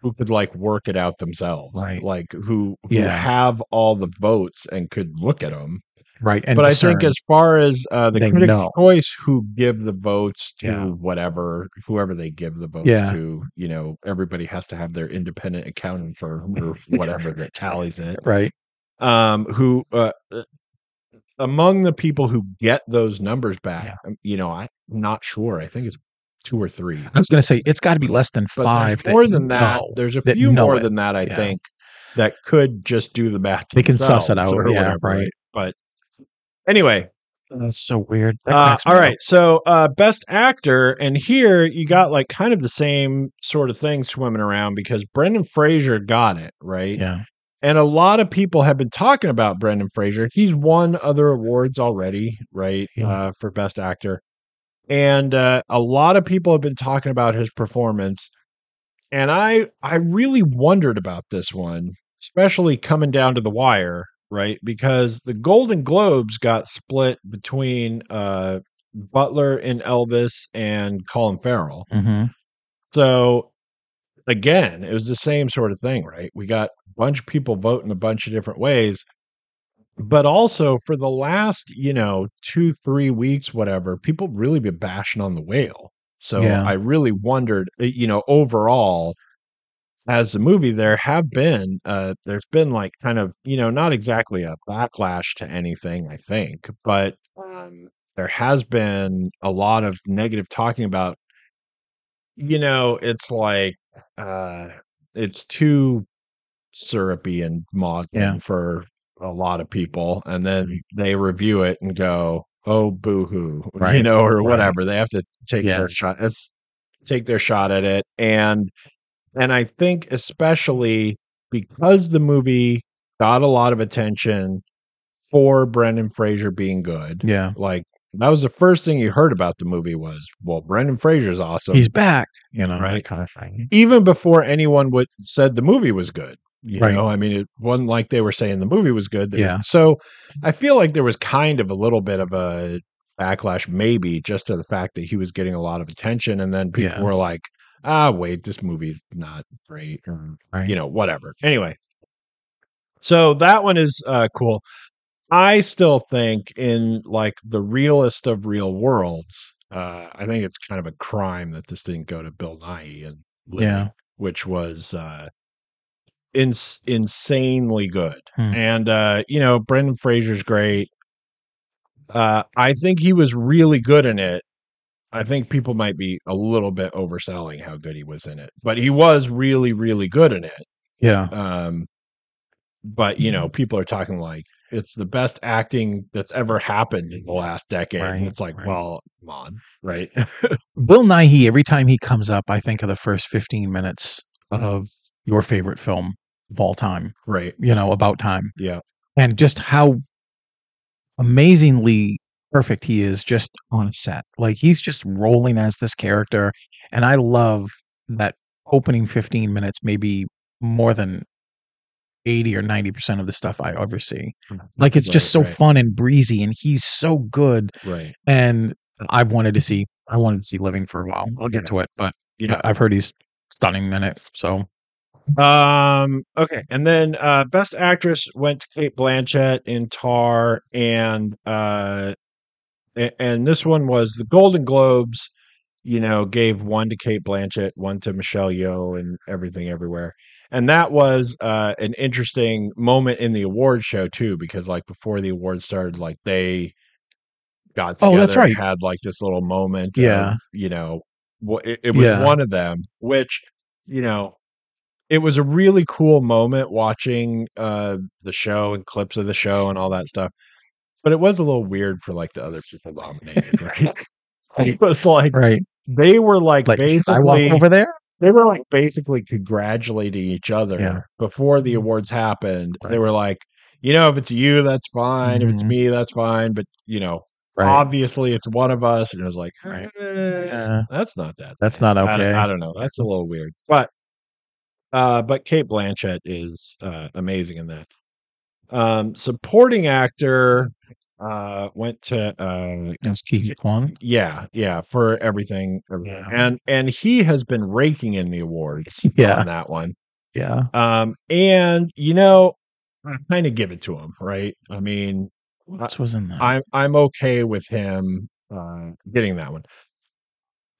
[SPEAKER 1] who could like work it out themselves.
[SPEAKER 2] Right.
[SPEAKER 1] Like who who
[SPEAKER 2] Yeah.
[SPEAKER 1] have all the votes and could look at them.
[SPEAKER 2] right, and
[SPEAKER 1] but I think
[SPEAKER 2] discern.
[SPEAKER 1] as far as uh, the
[SPEAKER 2] They
[SPEAKER 1] critics'
[SPEAKER 2] know.
[SPEAKER 1] choice, who give the votes to
[SPEAKER 2] Yeah.
[SPEAKER 1] whatever, whoever they give the votes
[SPEAKER 2] Yeah.
[SPEAKER 1] to, you know, everybody has to have their independent accounting
[SPEAKER 2] [LAUGHS]
[SPEAKER 1] firm or whatever that tallies it.
[SPEAKER 2] right,
[SPEAKER 1] Um, who uh, uh, among the people who get those numbers back,
[SPEAKER 2] Yeah.
[SPEAKER 1] um, you know, I'm not sure. I think it's two or three.
[SPEAKER 2] I was going to say it's got to be less than
[SPEAKER 1] But
[SPEAKER 2] five.
[SPEAKER 1] there's more
[SPEAKER 2] that
[SPEAKER 1] than that.
[SPEAKER 2] know.
[SPEAKER 1] There's a
[SPEAKER 2] that
[SPEAKER 1] few
[SPEAKER 2] know
[SPEAKER 1] more
[SPEAKER 2] it.
[SPEAKER 1] than that. I
[SPEAKER 2] Yeah.
[SPEAKER 1] think that could just do the math.
[SPEAKER 2] They can suss it
[SPEAKER 1] themselves
[SPEAKER 2] out.
[SPEAKER 1] or
[SPEAKER 2] Yeah, right.
[SPEAKER 1] But anyway,
[SPEAKER 2] That's so weird. That
[SPEAKER 1] uh,
[SPEAKER 2] cracks me
[SPEAKER 1] all
[SPEAKER 2] up.
[SPEAKER 1] right, so uh, best actor, and here you got like kind of the same sort of thing swimming around because Brendan Fraser got it right,
[SPEAKER 2] yeah,
[SPEAKER 1] and a lot of people have been talking about Brendan Fraser. He's won other awards already, right,
[SPEAKER 2] Yeah.
[SPEAKER 1] uh, for best actor, and uh, a lot of people have been talking about his performance. And I, I really wondered about this one, especially coming down to the wire, right? Because the Golden Globes got split between uh, Butler and Elvis and Colin Farrell.
[SPEAKER 2] hmm
[SPEAKER 1] So again, it was the same sort of thing, right? We got a bunch of people voting a bunch of different ways. But also for the last, you know, two, three weeks, whatever, people really been bashing on the whale. So
[SPEAKER 2] Yeah.
[SPEAKER 1] I really wondered, uh, you know, overall, as a movie, there have been, uh, there's been like kind of, you know, not exactly a backlash to anything, I think, but um, there has been a lot of negative talking about you know, it's like uh it's too syrupy and maudlin
[SPEAKER 2] Yeah.
[SPEAKER 1] for a lot of people, and then they review it and go, "Oh, boo-hoo," [LAUGHS] you
[SPEAKER 2] Mm-hmm. Right,
[SPEAKER 1] know, or
[SPEAKER 2] right.
[SPEAKER 1] whatever. They have to take their
[SPEAKER 2] Yes.
[SPEAKER 1] shot. It's, take their shot at it, and and I think especially because the movie got a lot of attention for Brendan Fraser being good,
[SPEAKER 2] yeah.
[SPEAKER 1] like. That was the first thing you heard about the movie was, well, Brendan Fraser's awesome
[SPEAKER 2] He's back. You know,
[SPEAKER 1] Right.
[SPEAKER 2] that kind of thing.
[SPEAKER 1] even before anyone would said the movie was good. You
[SPEAKER 2] Right.
[SPEAKER 1] know, I mean, it wasn't like they were saying the movie was good. They-
[SPEAKER 2] Yeah.
[SPEAKER 1] So I feel like there was kind of a little bit of a backlash, maybe just to the fact that he was getting a lot of attention, and then people
[SPEAKER 2] Yeah.
[SPEAKER 1] were like, "Ah, wait, this movie's not great," or
[SPEAKER 2] Right.
[SPEAKER 1] you know, whatever. Anyway, so that one is uh, cool. I still think in like the realest of real worlds, uh, I think it's kind of a crime that this didn't go to Bill Nye and Living,
[SPEAKER 2] Yeah.
[SPEAKER 1] which was uh, ins- insanely good.
[SPEAKER 2] Hmm.
[SPEAKER 1] And uh, you know, Brendan Fraser's great. Uh, I think he was really good in it. I think people might be a little bit overselling how good he was in it, but he was really, really good in it
[SPEAKER 2] Yeah.
[SPEAKER 1] um but you
[SPEAKER 2] Mm-hmm.
[SPEAKER 1] know people are talking like it's the best acting that's ever happened in the last decade
[SPEAKER 2] Right,
[SPEAKER 1] it's like
[SPEAKER 2] right.
[SPEAKER 1] well come on right [LAUGHS]
[SPEAKER 2] Bill Nighy, every time he comes up, I think of the first 15 minutes of your favorite film of all time,
[SPEAKER 1] right
[SPEAKER 2] you know, about time.
[SPEAKER 1] Yeah.
[SPEAKER 2] And just how amazingly perfect he is just on a set. Like he's just rolling as this character. And I love that opening 15 minutes, maybe more than 80 or 90% of the stuff I ever see. Like it's just so
[SPEAKER 1] Mm-hmm. Right, right.
[SPEAKER 2] fun and breezy, and he's so good.
[SPEAKER 1] right
[SPEAKER 2] And I've wanted to see, I wanted to see Living for a while. I'll get to it, but
[SPEAKER 1] yeah
[SPEAKER 2] I've heard he's stunning in it. So
[SPEAKER 1] um okay and then uh best actress went to kate blanchett in tar and uh a- and this one was the golden globes you know gave one to kate blanchett one to michelle yeoh and everything everywhere and that was uh an interesting moment in the award show too because like before the awards started like they got together
[SPEAKER 2] Oh, that's
[SPEAKER 1] and
[SPEAKER 2] right.
[SPEAKER 1] had like this little moment
[SPEAKER 2] Yeah.
[SPEAKER 1] of, you know wh- it, it was
[SPEAKER 2] Yeah.
[SPEAKER 1] one of them which you know it was a really cool moment watching uh the show and clips of the show and all that stuff but it was a little weird for like the other people nominated [LAUGHS] right it was like
[SPEAKER 2] right?
[SPEAKER 1] they were like,
[SPEAKER 2] Like I walk
[SPEAKER 1] basically
[SPEAKER 2] over there.
[SPEAKER 1] they were like basically congratulating each other
[SPEAKER 2] Yeah. Mm-hmm.
[SPEAKER 1] before the awards happened. They
[SPEAKER 2] Right.
[SPEAKER 1] were like, you know, if it's you, that's fine. If it's
[SPEAKER 2] Mhm.
[SPEAKER 1] me, that's fine. But you know,
[SPEAKER 2] Right.
[SPEAKER 1] obviously it's one of us. And it was like,
[SPEAKER 2] Right.
[SPEAKER 1] "Eh,
[SPEAKER 2] Yeah.
[SPEAKER 1] that's not that.
[SPEAKER 2] That's
[SPEAKER 1] nice.
[SPEAKER 2] not
[SPEAKER 1] I don't-
[SPEAKER 2] okay."
[SPEAKER 1] I, don't know. That's a little weird. But uh but Kate Blanchett is uh amazing in that. Um supporting actor uh went to uh
[SPEAKER 2] That was Ki Kwan.
[SPEAKER 1] yeah, yeah, for everything, everything.
[SPEAKER 2] Yeah.
[SPEAKER 1] and and he has been raking in the awards
[SPEAKER 2] [LAUGHS] Yeah.
[SPEAKER 1] on that one.
[SPEAKER 2] Yeah.
[SPEAKER 1] Um, and you know, I kind of give it to him, right? I mean,
[SPEAKER 2] What else was in that?
[SPEAKER 1] I'm I'm okay with him uh, getting that one.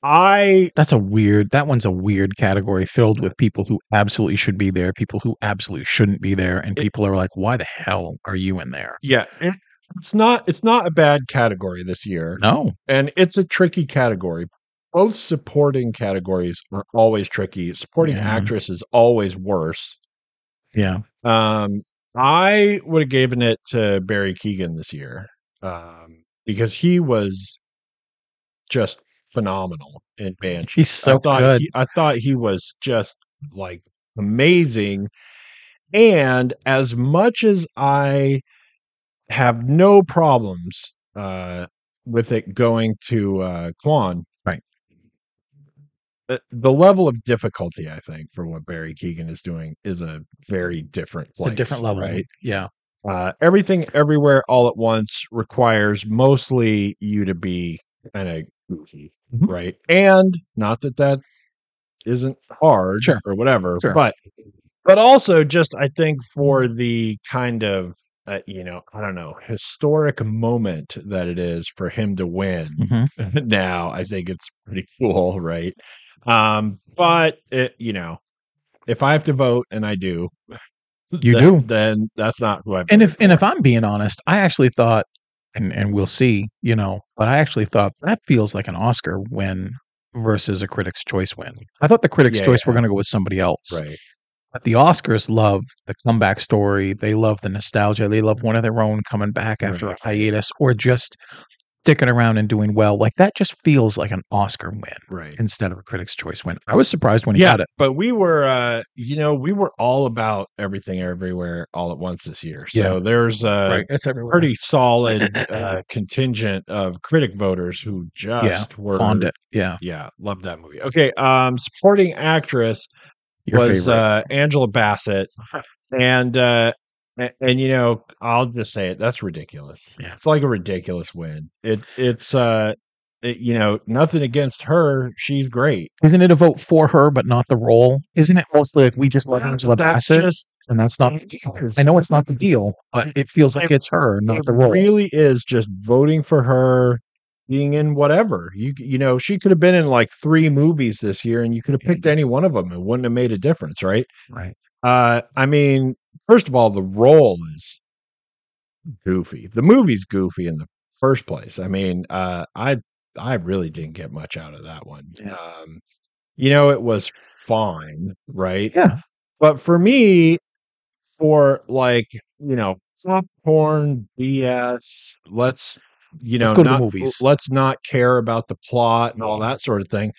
[SPEAKER 1] I
[SPEAKER 2] That's a weird. That one's a weird category filled with people who absolutely should be there, people who absolutely shouldn't be there, and
[SPEAKER 1] It-
[SPEAKER 2] people are like, "Why the hell are you in there?"
[SPEAKER 1] yeah, it, it's not it's not a bad category this year,
[SPEAKER 2] No.
[SPEAKER 1] and it's a tricky category. Both supporting categories are always tricky. Supporting
[SPEAKER 2] Yeah.
[SPEAKER 1] actress is always worse.
[SPEAKER 2] Yeah.
[SPEAKER 1] Um, I would have given it to Barry Keegan this year um, because he was just phenomenal in Banshee.
[SPEAKER 2] He's so
[SPEAKER 1] I thought
[SPEAKER 2] good.
[SPEAKER 1] He, I thought he was just like amazing. And as much as I have no problems uh, with it going to uh, Kwan,
[SPEAKER 2] Right.
[SPEAKER 1] The, the level of difficulty, I think, for what Barry Keegan is doing is a very different.
[SPEAKER 2] it's a different
[SPEAKER 1] place,
[SPEAKER 2] level.
[SPEAKER 1] right?
[SPEAKER 2] Yeah.
[SPEAKER 1] uh, everything everywhere all at once requires mostly you to be kind of goofy
[SPEAKER 2] Mhm.
[SPEAKER 1] right and not that that isn't hard
[SPEAKER 2] Sure.
[SPEAKER 1] or whatever
[SPEAKER 2] Sure.
[SPEAKER 1] but but also just i think for the kind of uh, you know i don't know historic moment that it is for him to win
[SPEAKER 2] hmm
[SPEAKER 1] [LAUGHS] now i think it's pretty cool right um but it, you know if i have to vote and i do
[SPEAKER 2] You
[SPEAKER 1] then-
[SPEAKER 2] do.
[SPEAKER 1] then that's not who i
[SPEAKER 2] And if and if I'm being honest, I actually thought, and and we'll see, you know, but I actually thought that feels like an Oscar win versus a Critics' Choice win. I thought the Critics'
[SPEAKER 1] Yeah,
[SPEAKER 2] Choice
[SPEAKER 1] yeah.
[SPEAKER 2] were going to go with somebody else,
[SPEAKER 1] right
[SPEAKER 2] but the Oscars love the comeback story. They love the nostalgia. They love one of their own coming back after
[SPEAKER 1] Right.
[SPEAKER 2] a hiatus or just sticking around and doing well. Like that just feels like an Oscar win
[SPEAKER 1] right
[SPEAKER 2] instead of a Critics' Choice win. I was surprised when he
[SPEAKER 1] yeah
[SPEAKER 2] got it.
[SPEAKER 1] but we were uh you know we were all about everything everywhere all at once this year so
[SPEAKER 2] Yeah.
[SPEAKER 1] there's a
[SPEAKER 2] it's everywhere.
[SPEAKER 1] pretty
[SPEAKER 2] [LAUGHS]
[SPEAKER 1] solid uh contingent of critic voters who just
[SPEAKER 2] yeah,
[SPEAKER 1] were
[SPEAKER 2] fond it. Yeah,
[SPEAKER 1] yeah love that movie okay um supporting actress
[SPEAKER 2] your
[SPEAKER 1] was
[SPEAKER 2] favorite.
[SPEAKER 1] uh angela bassett and uh a- and you know i'll just say it that's ridiculous
[SPEAKER 2] Yeah.
[SPEAKER 1] it's like a ridiculous win it it's uh it, you know nothing against her she's great
[SPEAKER 2] Isn't it a vote for her, but not the role? Isn't it mostly like we just love Angela
[SPEAKER 1] That's
[SPEAKER 2] Bassett,
[SPEAKER 1] just-
[SPEAKER 2] and that's not the deal? Um, I know it's not the deal, but it feels like it's her, not
[SPEAKER 1] it
[SPEAKER 2] the role.
[SPEAKER 1] really is just voting for her being in whatever you c- you know she could have been in like three movies this year and you could have picked
[SPEAKER 2] Mm-hmm.
[SPEAKER 1] any one of them it wouldn't have made a difference right
[SPEAKER 2] Right.
[SPEAKER 1] uh i mean first of all the role is goofy the movie's goofy in the first place i mean uh i i really didn't get much out of that one
[SPEAKER 2] Yeah.
[SPEAKER 1] um you know it was fine right
[SPEAKER 2] Yeah.
[SPEAKER 1] but for me, for like, you know, popcorn BS, let's, you know,
[SPEAKER 2] Let's go to the
[SPEAKER 1] not-
[SPEAKER 2] movies.
[SPEAKER 1] Let's not care about the plot and all that sort of thing.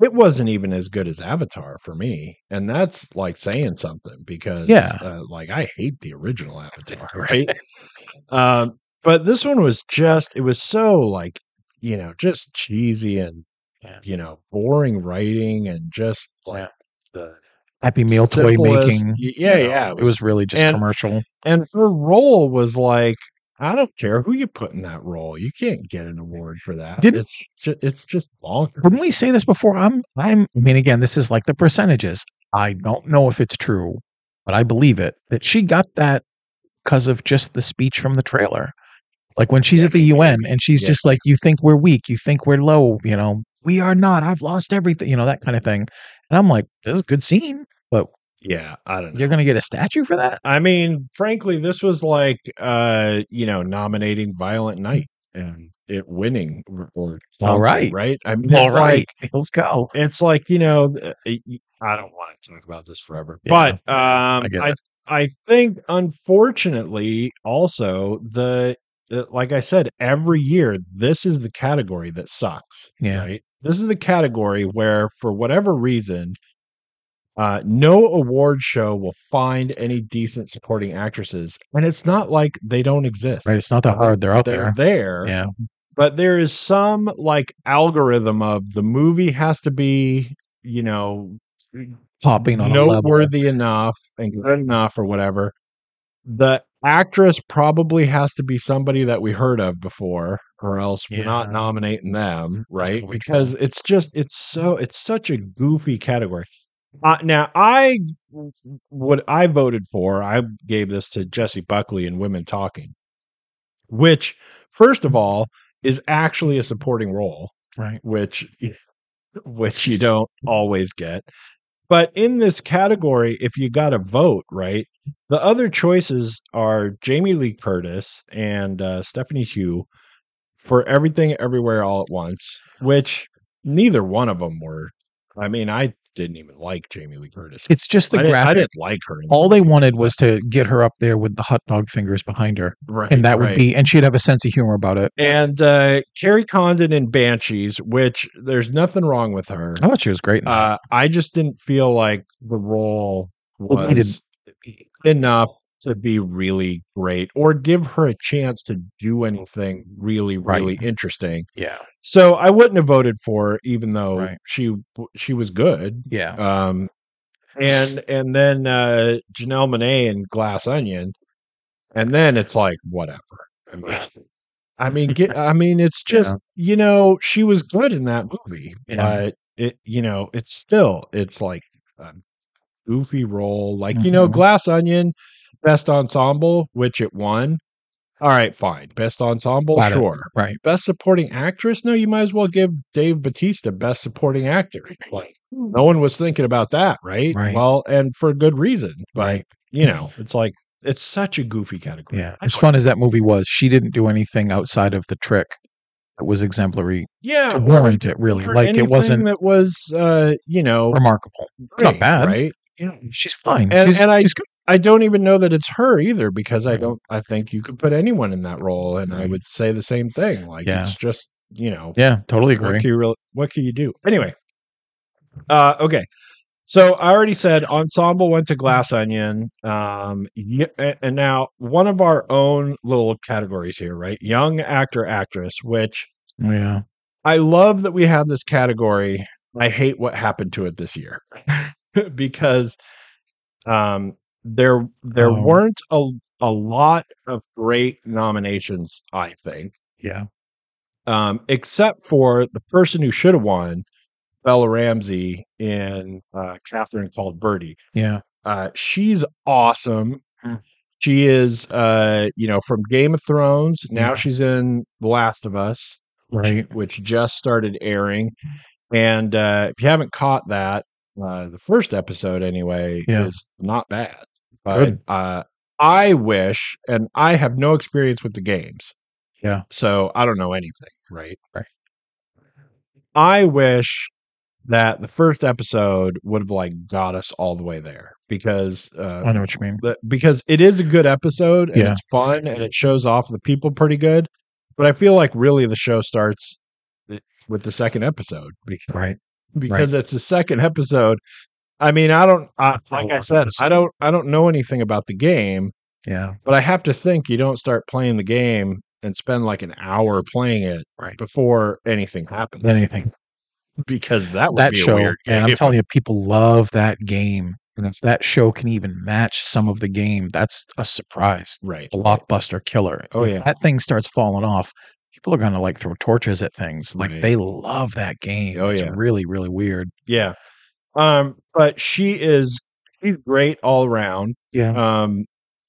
[SPEAKER 1] It wasn't even as good as Avatar for me. And that's like saying something because,
[SPEAKER 2] Yeah.
[SPEAKER 1] uh, like, I hate the original
[SPEAKER 2] [LAUGHS]
[SPEAKER 1] Avatar, [LAUGHS] right? um, but this one was just, it was so like, you know, just cheesy and,
[SPEAKER 2] Yeah.
[SPEAKER 1] you know, boring writing and just like the
[SPEAKER 2] Happy Meal toy
[SPEAKER 1] simplest-
[SPEAKER 2] making.
[SPEAKER 1] y- Yeah,
[SPEAKER 2] you know,
[SPEAKER 1] yeah.
[SPEAKER 2] It was really just
[SPEAKER 1] and-
[SPEAKER 2] commercial.
[SPEAKER 1] and her role was like, I don't care who you put in that role, you can't get an award for that.
[SPEAKER 2] Didn't-
[SPEAKER 1] it's ju- it's just bonkers.
[SPEAKER 2] Wouldn't we say this before? I'm. I'm. I mean, again, this is like the percentages. I don't know if it's true, but I believe it that she got that because of just the speech from the trailer. Like when she's
[SPEAKER 1] Yeah,
[SPEAKER 2] at the UN and she's
[SPEAKER 1] Yeah.
[SPEAKER 2] just like, "You think we're weak? You think we're low? You know, we are not. I've lost everything. You know that kind of thing." And I'm like, "This is a good scene.
[SPEAKER 1] Yeah, I don't know.
[SPEAKER 2] You're gonna get a statue for
[SPEAKER 1] [LAUGHS]
[SPEAKER 2] that."
[SPEAKER 1] I mean, frankly, this was like uh, you know, nominating Violent Night and it winning or, or
[SPEAKER 2] All
[SPEAKER 1] something,
[SPEAKER 2] right.
[SPEAKER 1] right? I mean,
[SPEAKER 2] All
[SPEAKER 1] it's
[SPEAKER 2] right,
[SPEAKER 1] like-
[SPEAKER 2] let's go.
[SPEAKER 1] it's like you know, th- it- y- I don't want to talk about this forever,
[SPEAKER 2] Yeah,
[SPEAKER 1] but um,
[SPEAKER 2] I get
[SPEAKER 1] I
[SPEAKER 2] it.
[SPEAKER 1] I think unfortunately also the uh, like I said, every year this is the category that sucks.
[SPEAKER 2] Yeah.
[SPEAKER 1] right? this is the category where for whatever reason. Uh, no award show will find any decent supporting actresses, and it's not like they don't exist.
[SPEAKER 2] Right, it's not that
[SPEAKER 1] Uh,
[SPEAKER 2] hard. They're out
[SPEAKER 1] They're there
[SPEAKER 2] there. Yeah,
[SPEAKER 1] but there is some like algorithm of the movie has to be you know
[SPEAKER 2] popping on a level.
[SPEAKER 1] noteworthy enough and good enough or whatever the actress probably has to be somebody that we heard of before or else we're not
[SPEAKER 2] Yeah.
[SPEAKER 1] nominating them
[SPEAKER 2] That's
[SPEAKER 1] right
[SPEAKER 2] probably true.
[SPEAKER 1] because it's just it's so it's such a goofy category uh, now i what i voted for i gave this to jesse buckley in women talking which first of all is actually a supporting role
[SPEAKER 2] Right.
[SPEAKER 1] which which you don't always get but in this category if you got a vote right the other choices are jamie lee curtis and uh, stephanie hugh for everything everywhere all at once which neither one of them were i mean i didn't even like jamie lee curtis
[SPEAKER 2] It's just the
[SPEAKER 1] I, didn't, I
[SPEAKER 2] graphic.
[SPEAKER 1] didn't like her [LAUGHS] in-
[SPEAKER 2] All they wanted was to get her up there with the hot dog fingers behind her,
[SPEAKER 1] right,
[SPEAKER 2] and that would
[SPEAKER 1] right.
[SPEAKER 2] be, and she'd have a sense of humor about it.
[SPEAKER 1] and uh carrie condon in banshees which there's nothing wrong with her
[SPEAKER 2] I thought she was great. in that.
[SPEAKER 1] uh, I just didn't feel like the role
[SPEAKER 2] Well, they
[SPEAKER 1] was enough to be really great or give her a chance to do anything really,
[SPEAKER 2] Right.
[SPEAKER 1] really interesting.
[SPEAKER 2] yeah,
[SPEAKER 1] So I wouldn't have voted for her, even though
[SPEAKER 2] Right.
[SPEAKER 1] she she was good.
[SPEAKER 2] yeah.
[SPEAKER 1] Um,
[SPEAKER 2] [SIGHS]
[SPEAKER 1] and and then uh, Janelle Monae and Glass Onion, and then it's like whatever. I mean, [LAUGHS] I
[SPEAKER 2] [LAUGHS]
[SPEAKER 1] mean, get, I mean, it's just you know she was good in that movie,
[SPEAKER 2] Yeah.
[SPEAKER 1] but it you know it's still it's like a goofy role, like you know
[SPEAKER 2] Mhm.
[SPEAKER 1] Glass Onion, best ensemble, which it won. All right, fine, best ensemble,
[SPEAKER 2] Got it.
[SPEAKER 1] sure.
[SPEAKER 2] Right.
[SPEAKER 1] Best supporting actress? No, you might as well give Dave Batista best supporting actor. Like no one was thinking about that, right?
[SPEAKER 2] Hmm. Right.
[SPEAKER 1] Well, and for good reason. But
[SPEAKER 2] Right.
[SPEAKER 1] you know, it's like it's such a goofy category.
[SPEAKER 2] Yeah. As fun as that movie was, she didn't do anything outside of the trick that was exemplary
[SPEAKER 1] Yeah. oh
[SPEAKER 2] to
[SPEAKER 1] or-
[SPEAKER 2] warrant it, really.
[SPEAKER 1] or
[SPEAKER 2] Like, it
[SPEAKER 1] anything
[SPEAKER 2] wasn't
[SPEAKER 1] that was uh, you know,
[SPEAKER 2] remarkable. It's not
[SPEAKER 1] great,
[SPEAKER 2] bad.
[SPEAKER 1] right? You know,
[SPEAKER 2] She's fine.
[SPEAKER 1] And-
[SPEAKER 2] she's,
[SPEAKER 1] and I-
[SPEAKER 2] she's good.
[SPEAKER 1] I don't even know that it's her either because I don't I think you could put anyone in that role and I
[SPEAKER 2] Right.
[SPEAKER 1] would say the same thing. Like
[SPEAKER 2] Yeah.
[SPEAKER 1] it's just, you know,
[SPEAKER 2] Yeah, totally agree.
[SPEAKER 1] What can you really, what can you do? Anyway. Uh okay. So I already said ensemble went to
[SPEAKER 2] Mm.
[SPEAKER 1] Glass Onion. Um y- a- and now one of our own little categories here, right? Young actor actress, which
[SPEAKER 2] Yeah.
[SPEAKER 1] I love that we have this category. I hate what happened to it this year. [LAUGHS] because um there there
[SPEAKER 2] Oh.
[SPEAKER 1] weren't a a lot of great nominations, I think
[SPEAKER 2] Yeah.
[SPEAKER 1] um, except for the person who should have won, Bella Ramsey in uh, Catherine Called Birdie.
[SPEAKER 2] Yeah.
[SPEAKER 1] Uh, she's awesome.
[SPEAKER 2] Hmm.
[SPEAKER 1] She is, uh, you know, from Game of Thrones. Now
[SPEAKER 2] Yeah.
[SPEAKER 1] she's in The Last of Us,
[SPEAKER 2] Right.
[SPEAKER 1] which just started airing. And uh, if you haven't caught that, uh, the first episode anyway
[SPEAKER 2] Yeah.
[SPEAKER 1] is not bad. But
[SPEAKER 2] Good.
[SPEAKER 1] uh, I wish, and I have no experience with the games.
[SPEAKER 2] Yeah.
[SPEAKER 1] So I don't know anything, right?
[SPEAKER 2] Right.
[SPEAKER 1] I wish that the first episode would have like got us all the way there because uh
[SPEAKER 2] I know what you mean.
[SPEAKER 1] the, because it is a good episode and
[SPEAKER 2] Yeah.
[SPEAKER 1] it's fun and it shows off the people pretty good. But I feel like really the show starts with the second episode because
[SPEAKER 2] Right.
[SPEAKER 1] because it's the second episode. I mean, I don't I, like I said, I don't I don't know anything about the game,
[SPEAKER 2] Yeah.
[SPEAKER 1] but I have to think you don't start playing the game and spend like an hour playing it
[SPEAKER 2] Right.
[SPEAKER 1] before anything happens
[SPEAKER 2] Anything.
[SPEAKER 1] [LAUGHS] because that would
[SPEAKER 2] that
[SPEAKER 1] be
[SPEAKER 2] show,
[SPEAKER 1] a weird
[SPEAKER 2] and I'm
[SPEAKER 1] game.
[SPEAKER 2] telling you, people love that game. And if that show can even match some of the game, that's a surprise.
[SPEAKER 1] right.
[SPEAKER 2] Blockbuster killer.
[SPEAKER 1] Oh,
[SPEAKER 2] If
[SPEAKER 1] yeah.
[SPEAKER 2] that thing starts falling off, people are gonna like throw torches at things. Like
[SPEAKER 1] Right.
[SPEAKER 2] they love that game.
[SPEAKER 1] Oh,
[SPEAKER 2] it's
[SPEAKER 1] yeah.
[SPEAKER 2] really, really weird.
[SPEAKER 1] Yeah. Um, but she is she's great all around.
[SPEAKER 2] Yeah.
[SPEAKER 1] Um,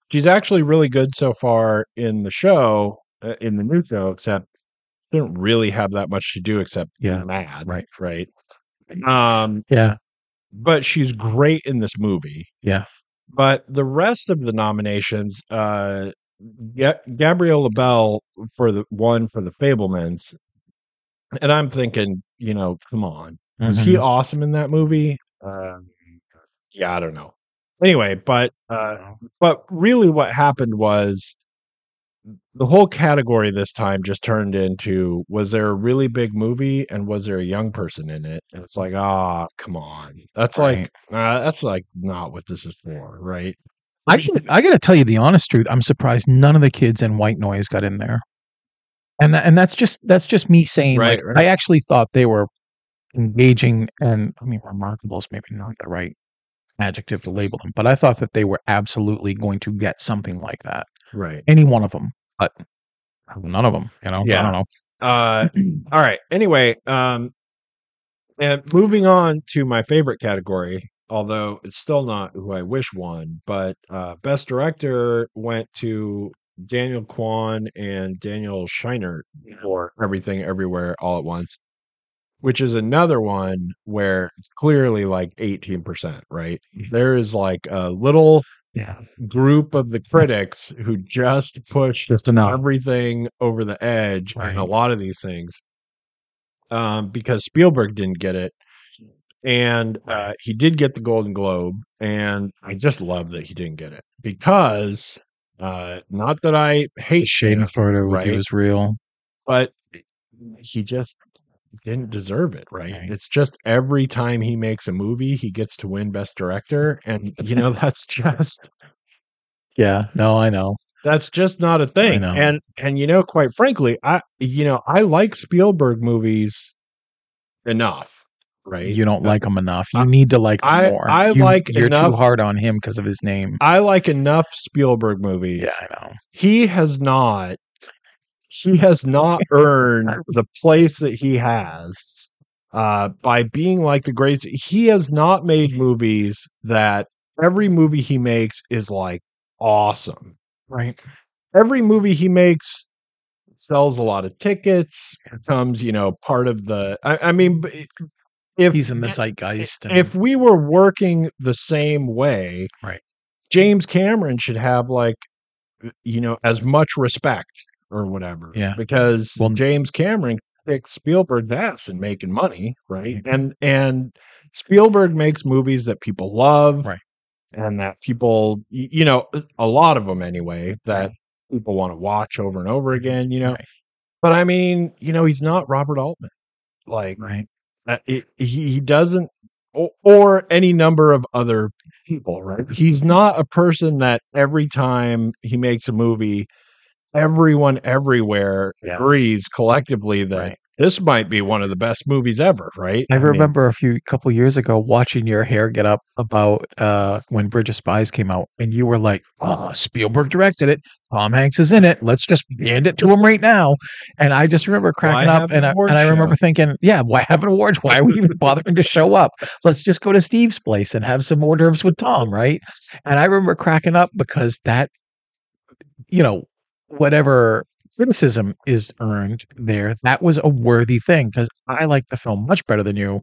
[SPEAKER 1] she's actually really good so far in the show, uh, in the new show, except didn't really have that much to do except
[SPEAKER 2] Yeah.
[SPEAKER 1] mad,
[SPEAKER 2] Right.
[SPEAKER 1] right. Um,
[SPEAKER 2] Yeah.
[SPEAKER 1] but she's great in this movie.
[SPEAKER 2] Yeah.
[SPEAKER 1] But the rest of the nominations, uh, Ga- Gabrielle LaBelle for the one for the Fablemans, and I'm thinking, you know, come on, was he awesome in that movie? Um, yeah, I don't know. Anyway, but uh, but really, what happened was the whole category this time just turned into was there a really big movie and was there a young person in it? And it's like, ah, come on, that's like uh, that's like not what this is for, right?
[SPEAKER 2] I can, I got to tell you the honest truth. I'm surprised none of the kids in White Noise got in there, and that, and that's just that's just me saying.
[SPEAKER 1] Right,
[SPEAKER 2] like,
[SPEAKER 1] right.
[SPEAKER 2] I actually thought they were engaging, and I mean, remarkable is maybe not the right adjective to label them, but I thought that they were absolutely going to get something like that.
[SPEAKER 1] Right.
[SPEAKER 2] Any one of them, but none of them. You know, I
[SPEAKER 1] Yeah.
[SPEAKER 2] don't know.
[SPEAKER 1] uh all right anyway um and moving on to my favorite category although it's still not who i wish won but uh best director went to daniel kwan and daniel shiner for everything everywhere all at once which is another one where it's clearly like 18% right there is like a little
[SPEAKER 2] Yeah,
[SPEAKER 1] group of the critics who just pushed
[SPEAKER 2] just enough.
[SPEAKER 1] everything over the edge and a
[SPEAKER 2] Oh. Right.
[SPEAKER 1] lot of these things um, because Spielberg didn't get it. And uh, he did get the Golden Globe. And I just love that he didn't get it because uh, not that I
[SPEAKER 2] The
[SPEAKER 1] hate
[SPEAKER 2] shade
[SPEAKER 1] him,
[SPEAKER 2] and Florida with you
[SPEAKER 1] right?
[SPEAKER 2] is real.
[SPEAKER 1] but he just didn't deserve it, right?
[SPEAKER 2] Right.
[SPEAKER 1] It's just every time he makes a movie, he gets to win Best Director. And, you know, [LAUGHS] that's just
[SPEAKER 2] Yeah, no, I know.
[SPEAKER 1] that's just not a thing
[SPEAKER 2] know.
[SPEAKER 1] and and you know quite frankly i you know i like spielberg movies enough right
[SPEAKER 2] You don't
[SPEAKER 1] Uh,
[SPEAKER 2] like him enough. You
[SPEAKER 1] I-
[SPEAKER 2] need to like him
[SPEAKER 1] I-
[SPEAKER 2] more.
[SPEAKER 1] I
[SPEAKER 2] You-
[SPEAKER 1] like
[SPEAKER 2] you're
[SPEAKER 1] enough-
[SPEAKER 2] too hard on him because of his name.
[SPEAKER 1] i like enough spielberg movies
[SPEAKER 2] Yeah, I know.
[SPEAKER 1] he has not
[SPEAKER 2] [LAUGHS]
[SPEAKER 1] he has not earned the place that he has uh by being like the greats he has not made movies that every movie he makes is like awesome
[SPEAKER 2] Right.
[SPEAKER 1] every movie he makes sells a lot of tickets becomes you know part of the i, I mean b- if
[SPEAKER 2] He's in the zeitgeist. And,
[SPEAKER 1] if we were working the same way
[SPEAKER 2] Right.
[SPEAKER 1] james cameron should have like you know as much respect or whatever
[SPEAKER 2] Yeah.
[SPEAKER 1] because
[SPEAKER 2] Well-
[SPEAKER 1] james cameron kicked spielberg's ass in making money right and and spielberg makes movies that people love
[SPEAKER 2] Right.
[SPEAKER 1] and that people y- you know uh, a lot of them anyway that people want to watch over and over again you know
[SPEAKER 2] Mm-hmm. Right.
[SPEAKER 1] but i mean you know he's not robert altman like
[SPEAKER 2] right.
[SPEAKER 1] uh, it, he, he doesn't or, or any number of other people right he's not a person that every time he makes a movie everyone everywhere
[SPEAKER 2] Yeah.
[SPEAKER 1] agrees collectively that
[SPEAKER 2] Right.
[SPEAKER 1] this might be one of the best movies ever right
[SPEAKER 2] I
[SPEAKER 1] mean,
[SPEAKER 2] remember a few couple years ago watching your hair get up about uh, when Bridge of Spies came out, and you were like, "Oh, Spielberg directed it. Tom Hanks is in it. Let's just hand it to him right now." And I just remember cracking up,
[SPEAKER 1] have an
[SPEAKER 2] and I,
[SPEAKER 1] award
[SPEAKER 2] and I remember
[SPEAKER 1] show?
[SPEAKER 2] thinking, "Yeah, why have an awards? Why are we even bothering to show up? Let's just go to Steve's place and have some hors d'oeuvres with Tom, right?" And I remember cracking up because that, you know, whatever criticism is earned there, that was a worthy thing because I like the film much better than you.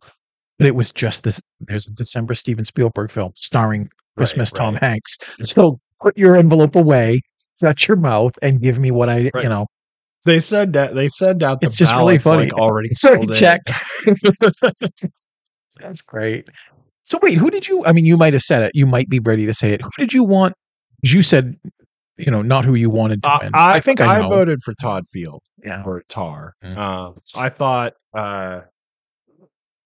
[SPEAKER 2] But it was just this there's a December Steven Spielberg film starring Christmas
[SPEAKER 1] right. Mm.
[SPEAKER 2] Tom Hanks. So put your envelope away, shut your mouth, and give me what I,
[SPEAKER 1] Right.
[SPEAKER 2] you know. [LAUGHS]
[SPEAKER 1] they said that they said out the
[SPEAKER 2] It's just really
[SPEAKER 1] ballots, like,
[SPEAKER 2] funny. [LAUGHS]
[SPEAKER 1] already
[SPEAKER 2] So he
[SPEAKER 1] filled in.
[SPEAKER 2] checked. [LAUGHS] That's great. So wait, who did you? I mean, you might have said it. You might be ready to say it. Who did you want? 'cause You said, you know, not who you wanted to
[SPEAKER 1] I,
[SPEAKER 2] win.
[SPEAKER 1] I,
[SPEAKER 2] think I, know.
[SPEAKER 1] voted for Todd Field
[SPEAKER 2] Yeah.
[SPEAKER 1] or Tar.
[SPEAKER 2] Mm.
[SPEAKER 1] Um, I thought. Uh,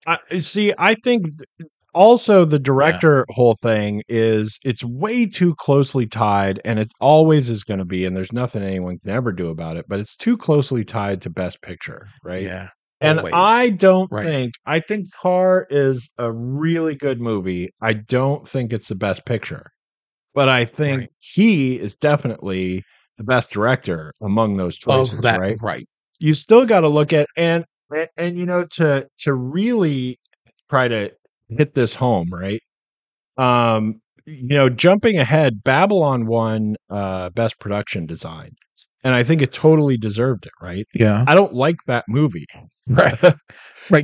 [SPEAKER 1] I see. I think th- also the director whole thing is it's way too closely tied, and it always is going to be. And there's nothing anyone can ever do about it. But it's too closely tied to Best Picture, right?
[SPEAKER 2] Yeah.
[SPEAKER 1] And
[SPEAKER 2] Always.
[SPEAKER 1] I don't
[SPEAKER 2] Right.
[SPEAKER 1] think I think Tar is a really good movie. I don't think it's the best picture, but I think
[SPEAKER 2] Right.
[SPEAKER 1] he is definitely the best director among those choices,
[SPEAKER 2] of that
[SPEAKER 1] right?
[SPEAKER 2] right.
[SPEAKER 1] [LAUGHS] You still got to look at and, and and you know to to really try to hit this home, right? Um, you know, jumping ahead, Babylon won uh best production design. and I think it totally deserved it, right?
[SPEAKER 2] Yeah.
[SPEAKER 1] I don't like that movie.
[SPEAKER 2] Right. Right.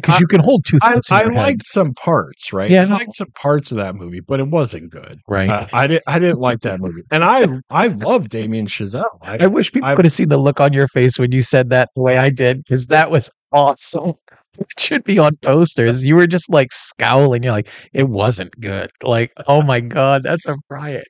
[SPEAKER 2] Because you can hold two
[SPEAKER 1] I,
[SPEAKER 2] thoughts in
[SPEAKER 1] I
[SPEAKER 2] your head.
[SPEAKER 1] liked some parts, right?
[SPEAKER 2] Yeah,
[SPEAKER 1] I
[SPEAKER 2] no.
[SPEAKER 1] liked some parts of that movie, but it wasn't good.
[SPEAKER 2] Right.
[SPEAKER 1] Uh, I didn't. I didn't like that movie, and I I love Damien Chazelle.
[SPEAKER 2] I
[SPEAKER 1] I,
[SPEAKER 2] wish people
[SPEAKER 1] I-
[SPEAKER 2] could have seen the look on your face when you said that the way I did, because that was awesome. [LAUGHS] It should be on posters. You were just like scowling. You're like, it wasn't good. Like, oh my god, that's a riot.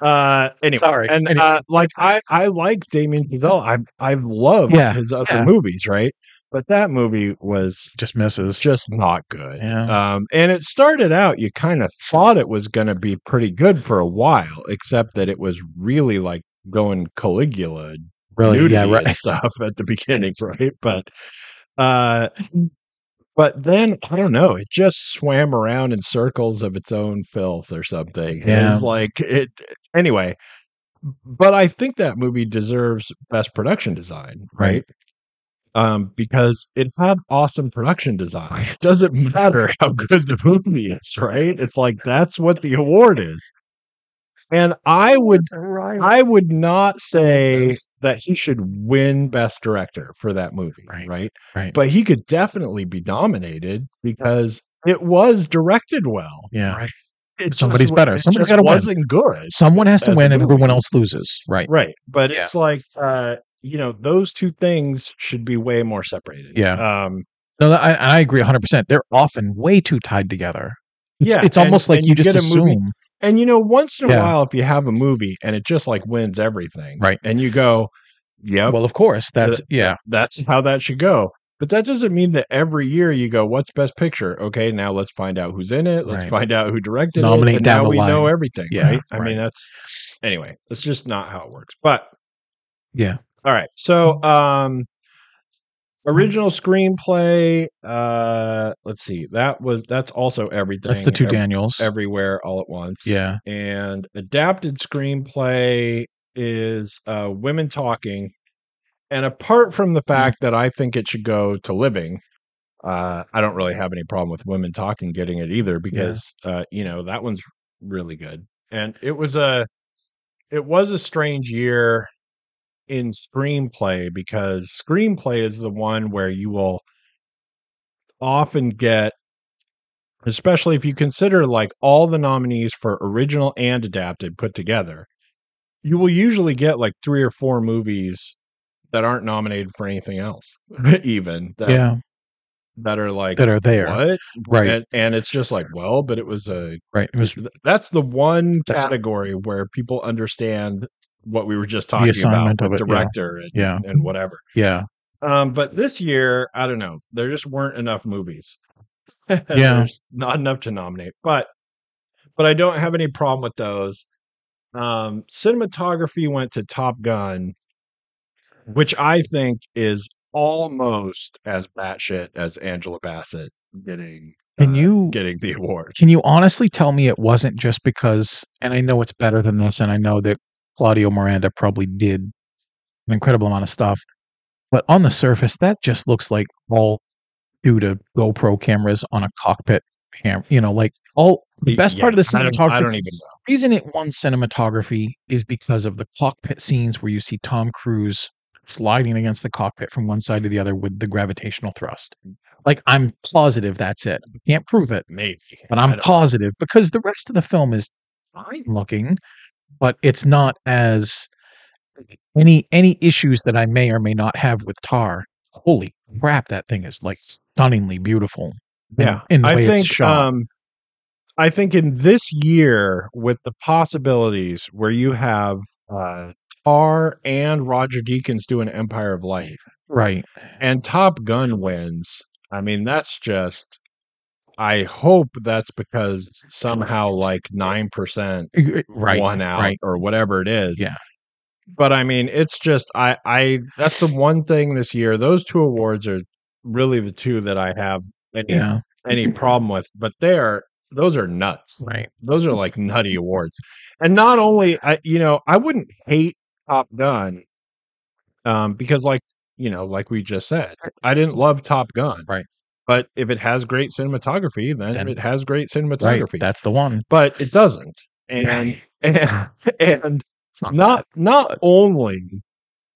[SPEAKER 1] uh, anyway,
[SPEAKER 2] Sorry.
[SPEAKER 1] and
[SPEAKER 2] Anyway.
[SPEAKER 1] uh, like I I like Damien Chazelle. I I've loved
[SPEAKER 2] Yeah,
[SPEAKER 1] his other
[SPEAKER 2] yeah.
[SPEAKER 1] movies, right? But that movie was
[SPEAKER 2] Just misses.
[SPEAKER 1] just not good.
[SPEAKER 2] yeah.
[SPEAKER 1] Um, and it started out, you kind of thought it was going to be pretty good for a while, except that it was really like going Caligula
[SPEAKER 2] really.
[SPEAKER 1] nudity
[SPEAKER 2] Yeah. Right.
[SPEAKER 1] and stuff at the beginning, right? But uh
[SPEAKER 2] Mm-hmm.
[SPEAKER 1] but then I don't know, it just swam around in circles of its own filth or something. It
[SPEAKER 2] Yeah.
[SPEAKER 1] was like it anyway. But I think that movie deserves best production design, right? Um, because it had awesome production design. [LAUGHS] It doesn't matter how good the movie is, right? It's like that's what the award is. And I would
[SPEAKER 2] It's a riot.
[SPEAKER 1] I would not say
[SPEAKER 2] Yes.
[SPEAKER 1] that he should win Best Director for that movie,
[SPEAKER 2] Right.
[SPEAKER 1] right.
[SPEAKER 2] Right.
[SPEAKER 1] But he could definitely be nominated because it was directed well.
[SPEAKER 2] Yeah.
[SPEAKER 1] right? It just
[SPEAKER 2] Somebody's
[SPEAKER 1] wa-
[SPEAKER 2] better.
[SPEAKER 1] It
[SPEAKER 2] Somebody's
[SPEAKER 1] just
[SPEAKER 2] gotta win.
[SPEAKER 1] wasn't good,
[SPEAKER 2] Someone has to
[SPEAKER 1] as a
[SPEAKER 2] win, and
[SPEAKER 1] movie.
[SPEAKER 2] everyone else loses. Right.
[SPEAKER 1] right? But
[SPEAKER 2] Yeah.
[SPEAKER 1] it's like uh, you know those two things should be way more separated.
[SPEAKER 2] Yeah.
[SPEAKER 1] Um,
[SPEAKER 2] No, I, I agree 100. percent They're often way too tied together. It's,
[SPEAKER 1] Yeah,
[SPEAKER 2] It's
[SPEAKER 1] and-
[SPEAKER 2] almost like
[SPEAKER 1] and
[SPEAKER 2] you
[SPEAKER 1] you
[SPEAKER 2] just
[SPEAKER 1] get a
[SPEAKER 2] assume.
[SPEAKER 1] movie- and you know once in a
[SPEAKER 2] Yeah.
[SPEAKER 1] while if you have a movie and it just like wins everything,
[SPEAKER 2] Right.
[SPEAKER 1] And you go, yep,
[SPEAKER 2] Well, of course. That's yeah.
[SPEAKER 1] that's how that should go. But that doesn't mean that every year you go, "What's best picture?" Okay, now let's find out who's in it. Let's
[SPEAKER 2] Right.
[SPEAKER 1] find out who directed
[SPEAKER 2] Nominate
[SPEAKER 1] it. And
[SPEAKER 2] down
[SPEAKER 1] now
[SPEAKER 2] the
[SPEAKER 1] we know
[SPEAKER 2] line.
[SPEAKER 1] everything,
[SPEAKER 2] Yeah,
[SPEAKER 1] right? I
[SPEAKER 2] right.
[SPEAKER 1] mean, that's anyway. That's just not how it works. But
[SPEAKER 2] Yeah.
[SPEAKER 1] all right, so um, original screenplay. Uh, let's see. That was that's also everything.
[SPEAKER 2] That's the two
[SPEAKER 1] Ev-
[SPEAKER 2] Daniels.
[SPEAKER 1] everywhere all at once.
[SPEAKER 2] yeah.
[SPEAKER 1] and adapted screenplay is uh, women talking. And apart from the fact that I think it should go to living, uh, I don't really have any problem with women talking getting it either because uh, you know that one's really good. And it was a it was a strange year in screenplay because screenplay is the one where you will often get especially if you consider like all the nominees for original and adapted put together you will usually get like three or four movies that aren't nominated for anything else [LAUGHS] even that,
[SPEAKER 2] Yeah.
[SPEAKER 1] that are like
[SPEAKER 2] That are there.
[SPEAKER 1] what
[SPEAKER 2] Right.
[SPEAKER 1] and, and it's just like well but it was a
[SPEAKER 2] right. It was
[SPEAKER 1] th- that's the one
[SPEAKER 2] That's-
[SPEAKER 1] category where people understand what we were just talking
[SPEAKER 2] assignment
[SPEAKER 1] about
[SPEAKER 2] of
[SPEAKER 1] with
[SPEAKER 2] it, yeah.
[SPEAKER 1] director
[SPEAKER 2] yeah.
[SPEAKER 1] and, and whatever
[SPEAKER 2] Yeah.
[SPEAKER 1] um, but this year, I don't know. There just weren't enough movies. [LAUGHS] There's not enough to nominate. But but I don't have any problem with those. Um, cinematography went to Top Gun, which I think is almost as batshit as Angela Bassett getting
[SPEAKER 2] Can
[SPEAKER 1] uh,
[SPEAKER 2] you
[SPEAKER 1] getting the award.
[SPEAKER 2] Can you honestly tell me it wasn't just because, and I know it's better than this, and I know that Claudio Miranda probably did an incredible amount of stuff, but on the surface, that just looks like all due to GoPro cameras on a cockpit cam. You know, like all the best part of the
[SPEAKER 1] Yeah, I don't, I
[SPEAKER 2] cinematography.
[SPEAKER 1] don't even know.
[SPEAKER 2] The reason it won cinematography is because of the cockpit scenes where you see Tom Cruise sliding against the cockpit from one side to the other with the gravitational thrust. Like, I'm positive that's it. I can't prove it
[SPEAKER 1] Maybe.
[SPEAKER 2] but
[SPEAKER 1] I
[SPEAKER 2] I'm
[SPEAKER 1] don't-
[SPEAKER 2] positive because the rest of the film is fine looking, but it's not as any any issues that I may or may not have with Tar. Holy crap, that thing is like stunningly beautiful. in-
[SPEAKER 1] yeah
[SPEAKER 2] in the
[SPEAKER 1] i
[SPEAKER 2] way
[SPEAKER 1] think
[SPEAKER 2] it's shot.
[SPEAKER 1] um i think in this year with the possibilities where you have uh Tar and Roger Deakins doing Empire of Light
[SPEAKER 2] right.
[SPEAKER 1] and Top Gun wins. I mean, that's just. I hope that's because somehow like nine percent
[SPEAKER 2] Right.
[SPEAKER 1] won out
[SPEAKER 2] Right.
[SPEAKER 1] or whatever it is.
[SPEAKER 2] Yeah.
[SPEAKER 1] But I mean, it's just I I that's the one thing this year. Those two awards are really the two that I have any
[SPEAKER 2] Yeah. [LAUGHS]
[SPEAKER 1] any problem with, but they are those are nuts.
[SPEAKER 2] Right.
[SPEAKER 1] Those are like
[SPEAKER 2] [LAUGHS]
[SPEAKER 1] nutty awards. And not only I you know, I wouldn't hate Top Gun um because like, you know, like we just said, I didn't love Top Gun.
[SPEAKER 2] Right.
[SPEAKER 1] But if it has great cinematography, then,
[SPEAKER 2] Then-
[SPEAKER 1] it has great
[SPEAKER 2] Right.
[SPEAKER 1] cinematography.
[SPEAKER 2] That's the one.
[SPEAKER 1] but it
[SPEAKER 2] [LAUGHS]
[SPEAKER 1] doesn't. [LAUGHS] And and and
[SPEAKER 2] It's not
[SPEAKER 1] not not only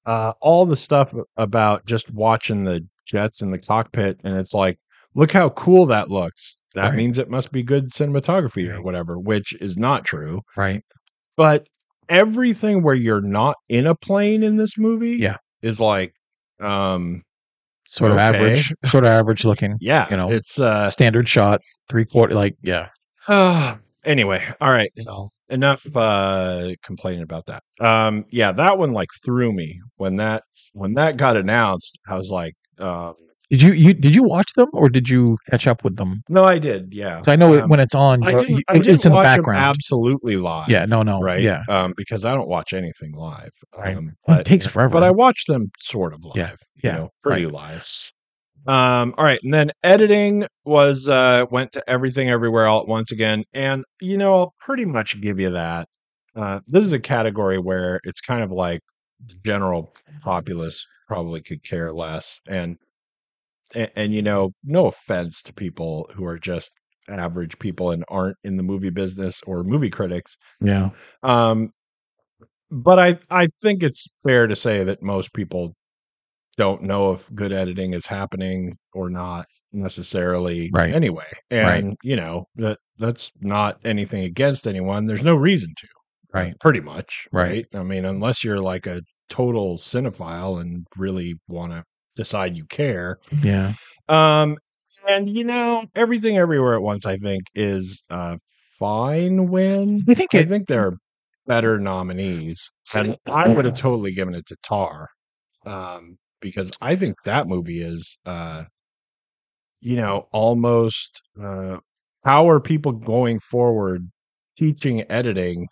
[SPEAKER 1] uh, all the stuff about just watching the jets in the cockpit, and it's like, look how cool that looks. That
[SPEAKER 2] Right.
[SPEAKER 1] means it must be good cinematography or
[SPEAKER 2] Right.
[SPEAKER 1] whatever, which is not true.
[SPEAKER 2] Right.
[SPEAKER 1] But everything where you're not in a plane in this movie,
[SPEAKER 2] Yeah.
[SPEAKER 1] is like, um,
[SPEAKER 2] Sort of
[SPEAKER 1] Okay.
[SPEAKER 2] average, sort of average looking,
[SPEAKER 1] yeah,
[SPEAKER 2] You know,
[SPEAKER 1] it's uh,
[SPEAKER 2] standard shot, three quarter, like yeah.
[SPEAKER 1] anyway. All right,
[SPEAKER 2] So
[SPEAKER 1] enough uh complaining about that um yeah that one like threw me when that when that got announced i was like um
[SPEAKER 2] did you you did you watch them or did you catch up with them?
[SPEAKER 1] no i did yeah
[SPEAKER 2] 'Cause I know it
[SPEAKER 1] Um,
[SPEAKER 2] when it's on,
[SPEAKER 1] i
[SPEAKER 2] you're-
[SPEAKER 1] didn't,
[SPEAKER 2] you-
[SPEAKER 1] I
[SPEAKER 2] it-
[SPEAKER 1] didn't
[SPEAKER 2] it's in the
[SPEAKER 1] watch 'em
[SPEAKER 2] background.
[SPEAKER 1] absolutely live
[SPEAKER 2] yeah. No. No.
[SPEAKER 1] right
[SPEAKER 2] Yeah.
[SPEAKER 1] um because i don't watch anything live
[SPEAKER 2] Right.
[SPEAKER 1] um,
[SPEAKER 2] Well,
[SPEAKER 1] but,
[SPEAKER 2] it takes forever.
[SPEAKER 1] but i watch them sort of live
[SPEAKER 2] Yeah,
[SPEAKER 1] you
[SPEAKER 2] yeah,
[SPEAKER 1] know pretty live um all right and then editing was uh went to everything everywhere all at once again and you know i'll pretty much give you that uh this is a category where it's kind of like the general populace probably could care less and and, and you know no offense to people who are just average people and aren't in the movie business or movie critics
[SPEAKER 2] yeah.
[SPEAKER 1] um but i i think it's fair to say that most people don't know if good editing is happening or not necessarily
[SPEAKER 2] Right.
[SPEAKER 1] anyway
[SPEAKER 2] Right.
[SPEAKER 1] and you know that that's not anything against anyone there's no reason to
[SPEAKER 2] Right.
[SPEAKER 1] pretty much
[SPEAKER 2] Right.
[SPEAKER 1] i mean unless you're like a total cinephile and really want to decide you care [LAUGHS]
[SPEAKER 2] Yeah.
[SPEAKER 1] um, and you know, everything everywhere at once, I think, is a fine win.
[SPEAKER 2] I think
[SPEAKER 1] I
[SPEAKER 2] it-
[SPEAKER 1] think there are better nominees, and I
[SPEAKER 2] [LAUGHS]
[SPEAKER 1] would have totally given it to Tar, um, because I think that movie is, uh, you know, almost. Uh, how are people going forward teaching editing?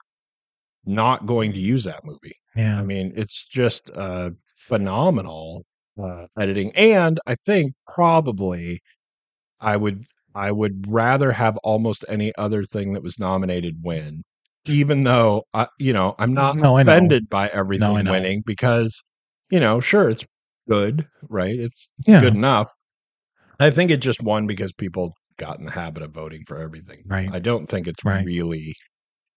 [SPEAKER 1] Not going to use that movie. I
[SPEAKER 2] Yeah.
[SPEAKER 1] mean, it's just uh, phenomenal uh, editing, and I think probably I would I would rather have almost any other thing that was nominated win, even though I, you know I'm not
[SPEAKER 2] No, Mm-hmm. I know.
[SPEAKER 1] offended by everything
[SPEAKER 2] know.
[SPEAKER 1] winning because you know sure it's good right it's
[SPEAKER 2] Yeah.
[SPEAKER 1] good enough. I think it just won because people got in the habit of voting for everything.
[SPEAKER 2] Right.
[SPEAKER 1] I don't think it's
[SPEAKER 2] Right.
[SPEAKER 1] really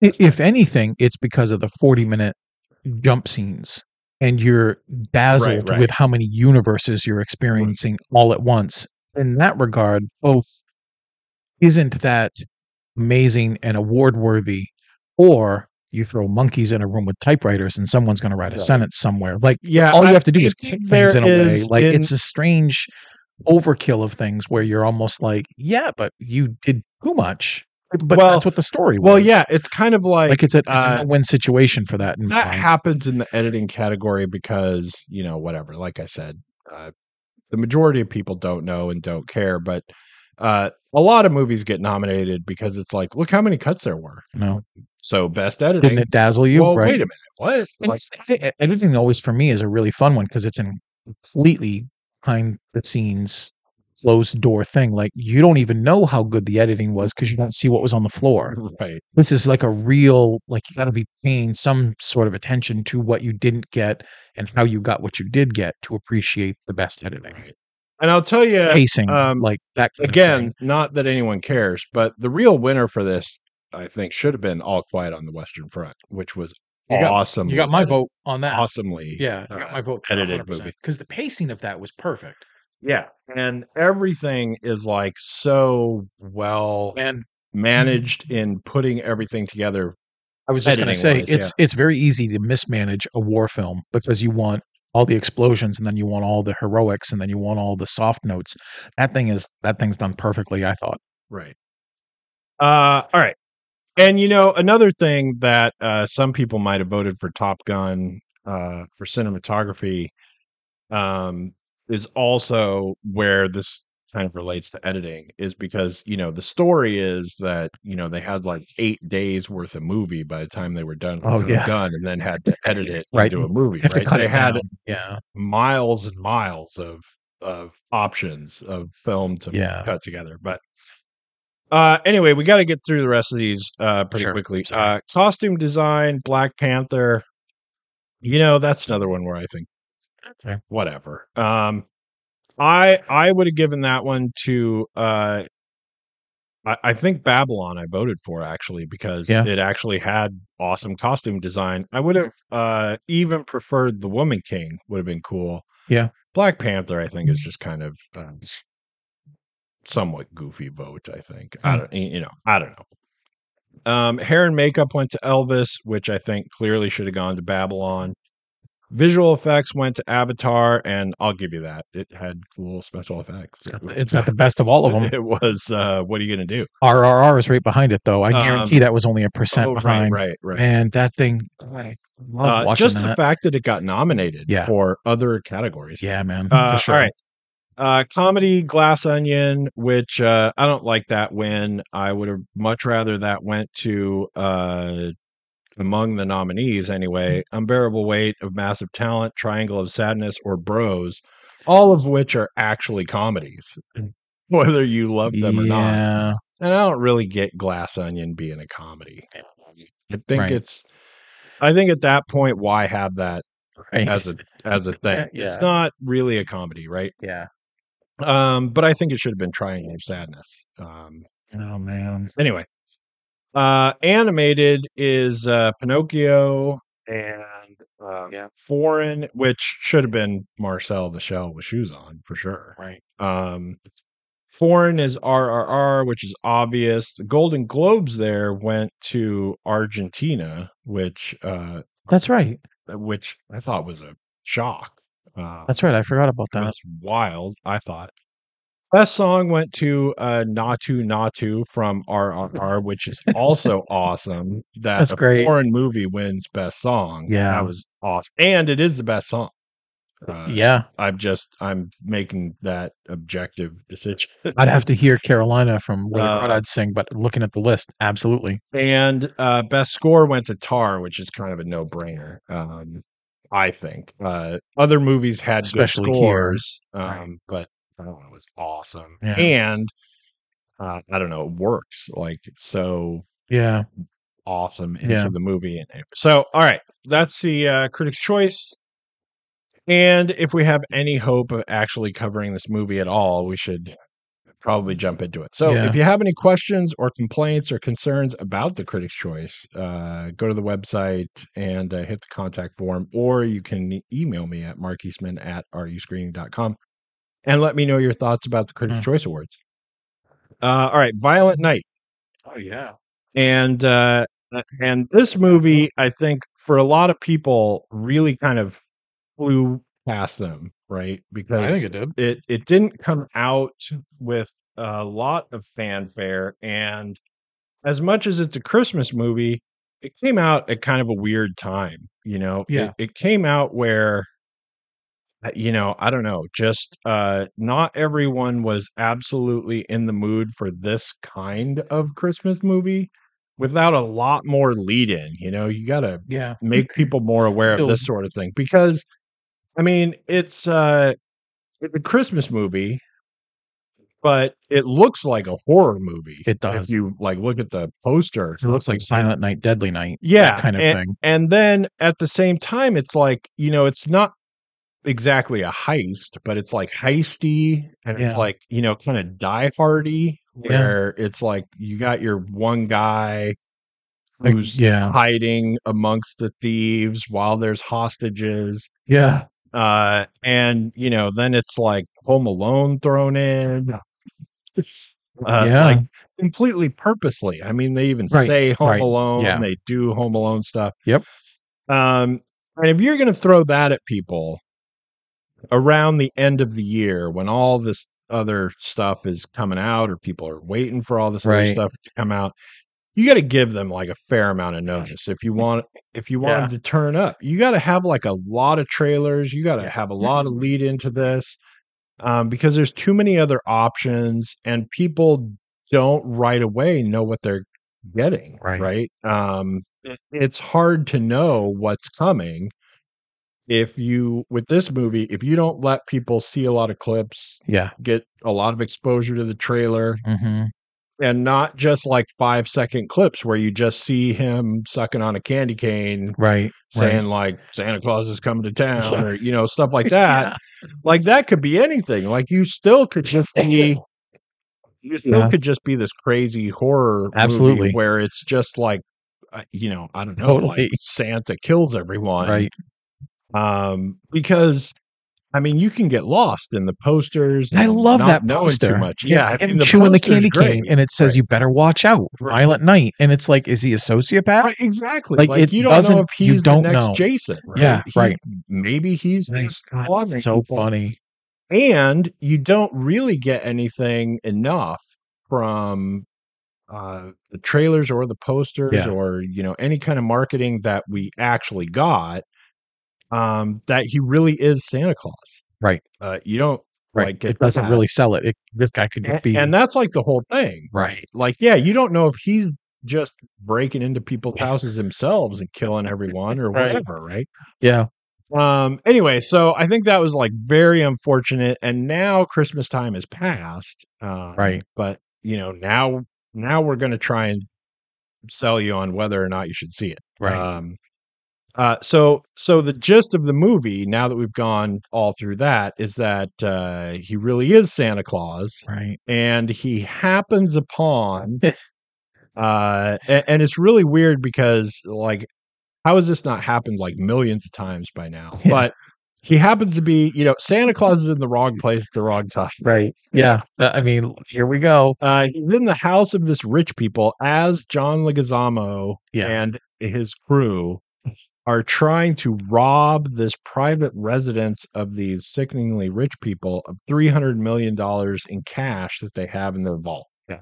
[SPEAKER 2] I- If anything, it's because of the 40 minute jump scenes and you're dazzled
[SPEAKER 1] right.
[SPEAKER 2] with how many universes you're experiencing all at once. In that regard, oh, isn't that amazing and award worthy? Or you throw monkeys in a room with typewriters and someone's going to write a
[SPEAKER 1] Right.
[SPEAKER 2] sentence somewhere. Like
[SPEAKER 1] yeah.
[SPEAKER 2] all
[SPEAKER 1] I
[SPEAKER 2] you have to do is
[SPEAKER 1] think
[SPEAKER 2] kick
[SPEAKER 1] there
[SPEAKER 2] things in a way.
[SPEAKER 1] is
[SPEAKER 2] Like
[SPEAKER 1] in-
[SPEAKER 2] it's a strange overkill of things where you're almost like, yeah, but you did too much. But
[SPEAKER 1] Well-
[SPEAKER 2] that's what the story was
[SPEAKER 1] well, yeah. It's kind of like,
[SPEAKER 2] like it's a, it's
[SPEAKER 1] uh,
[SPEAKER 2] a no win situation for that. In
[SPEAKER 1] that
[SPEAKER 2] my mind.
[SPEAKER 1] happens in the editing category because you know whatever like i said uh, the majority of people don't know and don't care but uh, a lot of movies get nominated because it's like look how many cuts there were
[SPEAKER 2] no,
[SPEAKER 1] so best
[SPEAKER 2] didn't
[SPEAKER 1] editing
[SPEAKER 2] it dazzle you?
[SPEAKER 1] well
[SPEAKER 2] right?
[SPEAKER 1] wait a minute what
[SPEAKER 2] And
[SPEAKER 1] like,
[SPEAKER 2] [LAUGHS] it's- edi- editing always for me is a really fun one because it's in completely behind the scenes closed door thing. Like you don't even know how good the editing was because you don't see what was on the floor.
[SPEAKER 1] [LAUGHS] right
[SPEAKER 2] This is like a real like you got to be paying some sort of attention to what you didn't get and how you got what you did get to appreciate the best editing.
[SPEAKER 1] right and i'll tell you
[SPEAKER 2] [LAUGHS] Pacing,
[SPEAKER 1] um,
[SPEAKER 2] like that kind of
[SPEAKER 1] again
[SPEAKER 2] thing.
[SPEAKER 1] not that anyone cares but the real winner for this i think should have been all quiet on the western front which was
[SPEAKER 2] You got-
[SPEAKER 1] awesome
[SPEAKER 2] You got my vote on that.
[SPEAKER 1] awesomely
[SPEAKER 2] Yeah, I
[SPEAKER 1] uh,
[SPEAKER 2] got my vote
[SPEAKER 1] edited
[SPEAKER 2] edited
[SPEAKER 1] movie.
[SPEAKER 2] movie because the pacing of that was perfect.
[SPEAKER 1] Yeah. And everything is like so well
[SPEAKER 2] And
[SPEAKER 1] managed in putting everything together.
[SPEAKER 2] I was just going to say
[SPEAKER 1] Editing-wise,
[SPEAKER 2] it's it's very easy to mismanage a war film because you want all the explosions and then you want all the heroics and then you want all the soft notes. That thing is that thing's done perfectly. I thought. [LAUGHS]
[SPEAKER 1] Right. Uh all right. And you know, another thing that uh some people might have voted for Top Gun uh for cinematography um is also where this kind of relates to editing is because, you know, the story is that, you know, they had like 8 days worth of movie by the time they were done with
[SPEAKER 2] Oh,
[SPEAKER 1] Top
[SPEAKER 2] yeah.
[SPEAKER 1] Gun and then had to edit it
[SPEAKER 2] [LAUGHS] Right.
[SPEAKER 1] into a movie,
[SPEAKER 2] You have
[SPEAKER 1] right?
[SPEAKER 2] to cut
[SPEAKER 1] they
[SPEAKER 2] it
[SPEAKER 1] had
[SPEAKER 2] down. Yeah,
[SPEAKER 1] miles and miles of of options of film to
[SPEAKER 2] Yeah.
[SPEAKER 1] cut together. But uh anyway, we got to get through the rest of these uh pretty
[SPEAKER 2] Sure.
[SPEAKER 1] quickly.
[SPEAKER 2] Sorry.
[SPEAKER 1] Uh costume design, Black Panther. You know, that's another one where I think
[SPEAKER 2] Okay.
[SPEAKER 1] whatever. Um I I would have given that one to uh I, I think Babylon I voted for actually because
[SPEAKER 2] Yeah.
[SPEAKER 1] it actually had awesome costume design. I would have uh, even preferred the Woman King would have been cool.
[SPEAKER 2] Yeah. Mm-hmm.
[SPEAKER 1] Black Panther I think is just kind of um, somewhat goofy vote. I think I
[SPEAKER 2] Mm.
[SPEAKER 1] don't you know I don't know. Um, hair and makeup went to Elvis, which I think clearly should have gone to Babylon. Visual effects went to Avatar, and I'll give you that. It had cool special effects.
[SPEAKER 2] It's got the, it's
[SPEAKER 1] [LAUGHS]
[SPEAKER 2] got the best of all of them.
[SPEAKER 1] It was uh, what are you gonna do?
[SPEAKER 2] RRR is right behind it, though. I guarantee
[SPEAKER 1] Um,
[SPEAKER 2] that was only a percent
[SPEAKER 1] Oh,
[SPEAKER 2] behind.
[SPEAKER 1] Right, right, right.
[SPEAKER 2] Man, that thing. I love
[SPEAKER 1] Uh,
[SPEAKER 2] watching
[SPEAKER 1] just the
[SPEAKER 2] that.
[SPEAKER 1] fact that it got nominated
[SPEAKER 2] Yeah.
[SPEAKER 1] for other categories.
[SPEAKER 2] yeah, man.
[SPEAKER 1] Uh,
[SPEAKER 2] for sure.
[SPEAKER 1] All right. Uh, comedy Glass Onion, which uh, I don't like that win. I would have much rather that went to uh, among the nominees anyway.
[SPEAKER 2] Mm-hmm.
[SPEAKER 1] Unbearable Weight of Massive Talent, Triangle of Sadness, or Bros, all of which are actually comedies,
[SPEAKER 2] Mm.
[SPEAKER 1] [LAUGHS] whether you love them or not.
[SPEAKER 2] yeah.
[SPEAKER 1] and I don't really get Glass Onion being a comedy. I think
[SPEAKER 2] Right.
[SPEAKER 1] it's, I think at that point, why have that
[SPEAKER 2] Right. [LAUGHS]
[SPEAKER 1] as a as a thing?
[SPEAKER 2] Yeah.
[SPEAKER 1] It's not really a comedy, right?
[SPEAKER 2] yeah.
[SPEAKER 1] Um, but I think it should have been Triangle of Sadness. Um,
[SPEAKER 2] Oh man.
[SPEAKER 1] anyway, uh, animated is uh, Pinocchio and um,
[SPEAKER 2] Yeah.
[SPEAKER 1] Foreign, which should have been Marcel the Shell with shoes on for sure.
[SPEAKER 2] Right.
[SPEAKER 1] Um, foreign is RRR, which is obvious. The Golden Globes there went to Argentina, which uh,
[SPEAKER 2] That's right.
[SPEAKER 1] which I thought was a shock. Uh,
[SPEAKER 2] That's right. I forgot about that.
[SPEAKER 1] that's wild. I thought. Best song went to uh, Natu Natu from
[SPEAKER 2] [LAUGHS]
[SPEAKER 1] RRR, which is also awesome. That
[SPEAKER 2] That's
[SPEAKER 1] a
[SPEAKER 2] great.
[SPEAKER 1] foreign movie wins best song.
[SPEAKER 2] Yeah.
[SPEAKER 1] that was awesome, and it is the best song. Uh,
[SPEAKER 2] yeah.
[SPEAKER 1] I'm just I'm making that objective decision.
[SPEAKER 2] [LAUGHS] I'd have to hear Carolina from where
[SPEAKER 1] Uh,
[SPEAKER 2] the Crawdads sing, but looking at the list, absolutely.
[SPEAKER 1] [LAUGHS] and uh, best score went to Tar, which is kind of a no brainer. Um, I think uh, other movies had
[SPEAKER 2] Especially
[SPEAKER 1] good
[SPEAKER 2] here.
[SPEAKER 1] scores,
[SPEAKER 2] Right.
[SPEAKER 1] um, but that one was awesome.
[SPEAKER 2] Yeah.
[SPEAKER 1] And uh, I don't know, it works like it's so
[SPEAKER 2] Yeah.
[SPEAKER 1] awesome into
[SPEAKER 2] Yeah.
[SPEAKER 1] the movie. And so, all right, that's the uh, critic's choice. And if we have any hope of actually covering this movie at all, we should probably jump into it. So,
[SPEAKER 2] Yeah.
[SPEAKER 1] if you have any questions or complaints or concerns about the critic's choice, uh, go to the website and uh, hit the contact form, or you can e-, email me at markeastman at ruscreening.com and let me know your thoughts about the critic's
[SPEAKER 2] Mm.
[SPEAKER 1] choice awards. Uh, all right, Violent Night
[SPEAKER 2] Oh yeah.
[SPEAKER 1] and uh and this movie i think for a lot of people really kind of flew past them right because
[SPEAKER 2] I think it did.
[SPEAKER 1] it it didn't come out with a lot of fanfare and as much as it's a christmas movie it came out at kind of a weird time you know
[SPEAKER 2] Yeah.
[SPEAKER 1] it, it came out where uh, you know i don't know just uh not everyone was absolutely in the mood for this kind of christmas movie without a lot more lead in you know you gotta
[SPEAKER 2] Yeah.
[SPEAKER 1] make people more aware of
[SPEAKER 2] Build.
[SPEAKER 1] this sort of thing because i mean it's uh it's a christmas movie but it looks like a horror movie
[SPEAKER 2] It does.
[SPEAKER 1] if you like look at the poster
[SPEAKER 2] It looks like Silent Night, Deadly Night. that
[SPEAKER 1] yeah
[SPEAKER 2] kind of
[SPEAKER 1] and,
[SPEAKER 2] thing.
[SPEAKER 1] and then at the same time it's like you know it's not exactly a heist but it's like heisty and it's
[SPEAKER 2] Yeah.
[SPEAKER 1] like you know kind of die hardy where it's like you got your one guy
[SPEAKER 2] Like,
[SPEAKER 1] who's
[SPEAKER 2] yeah.
[SPEAKER 1] hiding amongst the thieves while there's hostages.
[SPEAKER 2] Yeah.
[SPEAKER 1] Uh, and you know, then it's like Home Alone thrown in. Uh,
[SPEAKER 2] Yeah.
[SPEAKER 1] like completely purposely. I mean, they even
[SPEAKER 2] Right,
[SPEAKER 1] say Home
[SPEAKER 2] right,
[SPEAKER 1] Alone,
[SPEAKER 2] yeah.
[SPEAKER 1] they do Home Alone stuff.
[SPEAKER 2] Yep.
[SPEAKER 1] Um, and if you're going to throw that at people around the end of the year when all this other stuff is coming out or people are waiting for all this other
[SPEAKER 2] Right.
[SPEAKER 1] stuff to come out, you got to give them like a fair amount of notice if you want if you want
[SPEAKER 2] Yeah.
[SPEAKER 1] them to turn up. You got to have like a lot of trailers, you got to have a
[SPEAKER 2] Mm-hmm.
[SPEAKER 1] lot of lead into this. Um, because there's too many other options and people don't right away know what they're getting right
[SPEAKER 2] Right. Mm.
[SPEAKER 1] um it- it's hard to know what's coming if you with this movie if you don't let people see a lot of clips
[SPEAKER 2] Yeah.
[SPEAKER 1] get a lot of exposure to the trailer
[SPEAKER 2] Mm-hmm.
[SPEAKER 1] and not just like five second clips where you just see him sucking on a candy cane
[SPEAKER 2] Right.
[SPEAKER 1] saying
[SPEAKER 2] right.
[SPEAKER 1] like santa claus is coming to town
[SPEAKER 2] [LAUGHS] Yeah.
[SPEAKER 1] or you know stuff like that like that could be anything like you still could just be Usually
[SPEAKER 2] Yeah.
[SPEAKER 1] it could just be this crazy horror movie
[SPEAKER 2] Absolutely.
[SPEAKER 1] where it's just like uh, you know, I don't know,
[SPEAKER 2] Totally.
[SPEAKER 1] like Santa kills everyone.
[SPEAKER 2] right?
[SPEAKER 1] Um because I mean, you can get lost in the posters.
[SPEAKER 2] I
[SPEAKER 1] and
[SPEAKER 2] love
[SPEAKER 1] not
[SPEAKER 2] that
[SPEAKER 1] knowing
[SPEAKER 2] poster.
[SPEAKER 1] too much. Yeah, I
[SPEAKER 2] him
[SPEAKER 1] mean,
[SPEAKER 2] chewing the
[SPEAKER 1] poster's
[SPEAKER 2] candy cane,
[SPEAKER 1] great.
[SPEAKER 2] and it says
[SPEAKER 1] Right.
[SPEAKER 2] you better watch out,
[SPEAKER 1] Right.
[SPEAKER 2] Violent Night, and it's like, is he a sociopath?
[SPEAKER 1] Right, exactly.
[SPEAKER 2] Like,
[SPEAKER 1] Like,
[SPEAKER 2] it
[SPEAKER 1] you don't know
[SPEAKER 2] doesn't-
[SPEAKER 1] if
[SPEAKER 2] you
[SPEAKER 1] he's
[SPEAKER 2] don't
[SPEAKER 1] the next
[SPEAKER 2] know.
[SPEAKER 1] Jason. Right?
[SPEAKER 2] Yeah,
[SPEAKER 1] He-
[SPEAKER 2] right.
[SPEAKER 1] Maybe he's
[SPEAKER 2] Right.
[SPEAKER 1] just causing
[SPEAKER 2] so
[SPEAKER 1] people.
[SPEAKER 2] funny.
[SPEAKER 1] And you don't really get anything enough from uh the trailers or the posters
[SPEAKER 2] Yeah.
[SPEAKER 1] or you know any kind of marketing that we actually got um that he really is Santa Claus.
[SPEAKER 2] Right.
[SPEAKER 1] Uh you don't
[SPEAKER 2] Right.
[SPEAKER 1] like get
[SPEAKER 2] it doesn't
[SPEAKER 1] that.
[SPEAKER 2] really sell it. it. This guy could
[SPEAKER 1] and,
[SPEAKER 2] just be
[SPEAKER 1] and that's like the whole thing.
[SPEAKER 2] right.
[SPEAKER 1] Like, yeah, you don't know if he's just breaking into people's houses themselves and killing everyone or
[SPEAKER 2] Right.
[SPEAKER 1] whatever, right?
[SPEAKER 2] Yeah.
[SPEAKER 1] Um, anyway, so I think that was like very unfortunate. And now Christmas time has passed. Um,
[SPEAKER 2] Right.
[SPEAKER 1] But, you know, now, now we're going to try and sell you on whether or not you should see it.
[SPEAKER 2] Right.
[SPEAKER 1] Um, uh, so, so the gist of the movie, now that we've gone all through that, is that uh, he really is Santa Claus,
[SPEAKER 2] right.
[SPEAKER 1] and he happens upon, uh, a- and, it's really weird because like, how has this not happened like millions of times by now?
[SPEAKER 2] Yeah.
[SPEAKER 1] But he happens to be, you know, Santa Claus is in the wrong place at the wrong time.
[SPEAKER 2] Right. Yeah. Uh, I mean, here we go.
[SPEAKER 1] Uh, he's in the house of this rich people as John Leguizamo
[SPEAKER 2] Yeah.
[SPEAKER 1] and his crew are trying to rob this private residence of these sickeningly rich people of three hundred million dollars in cash that they have in their vault.
[SPEAKER 2] Yeah.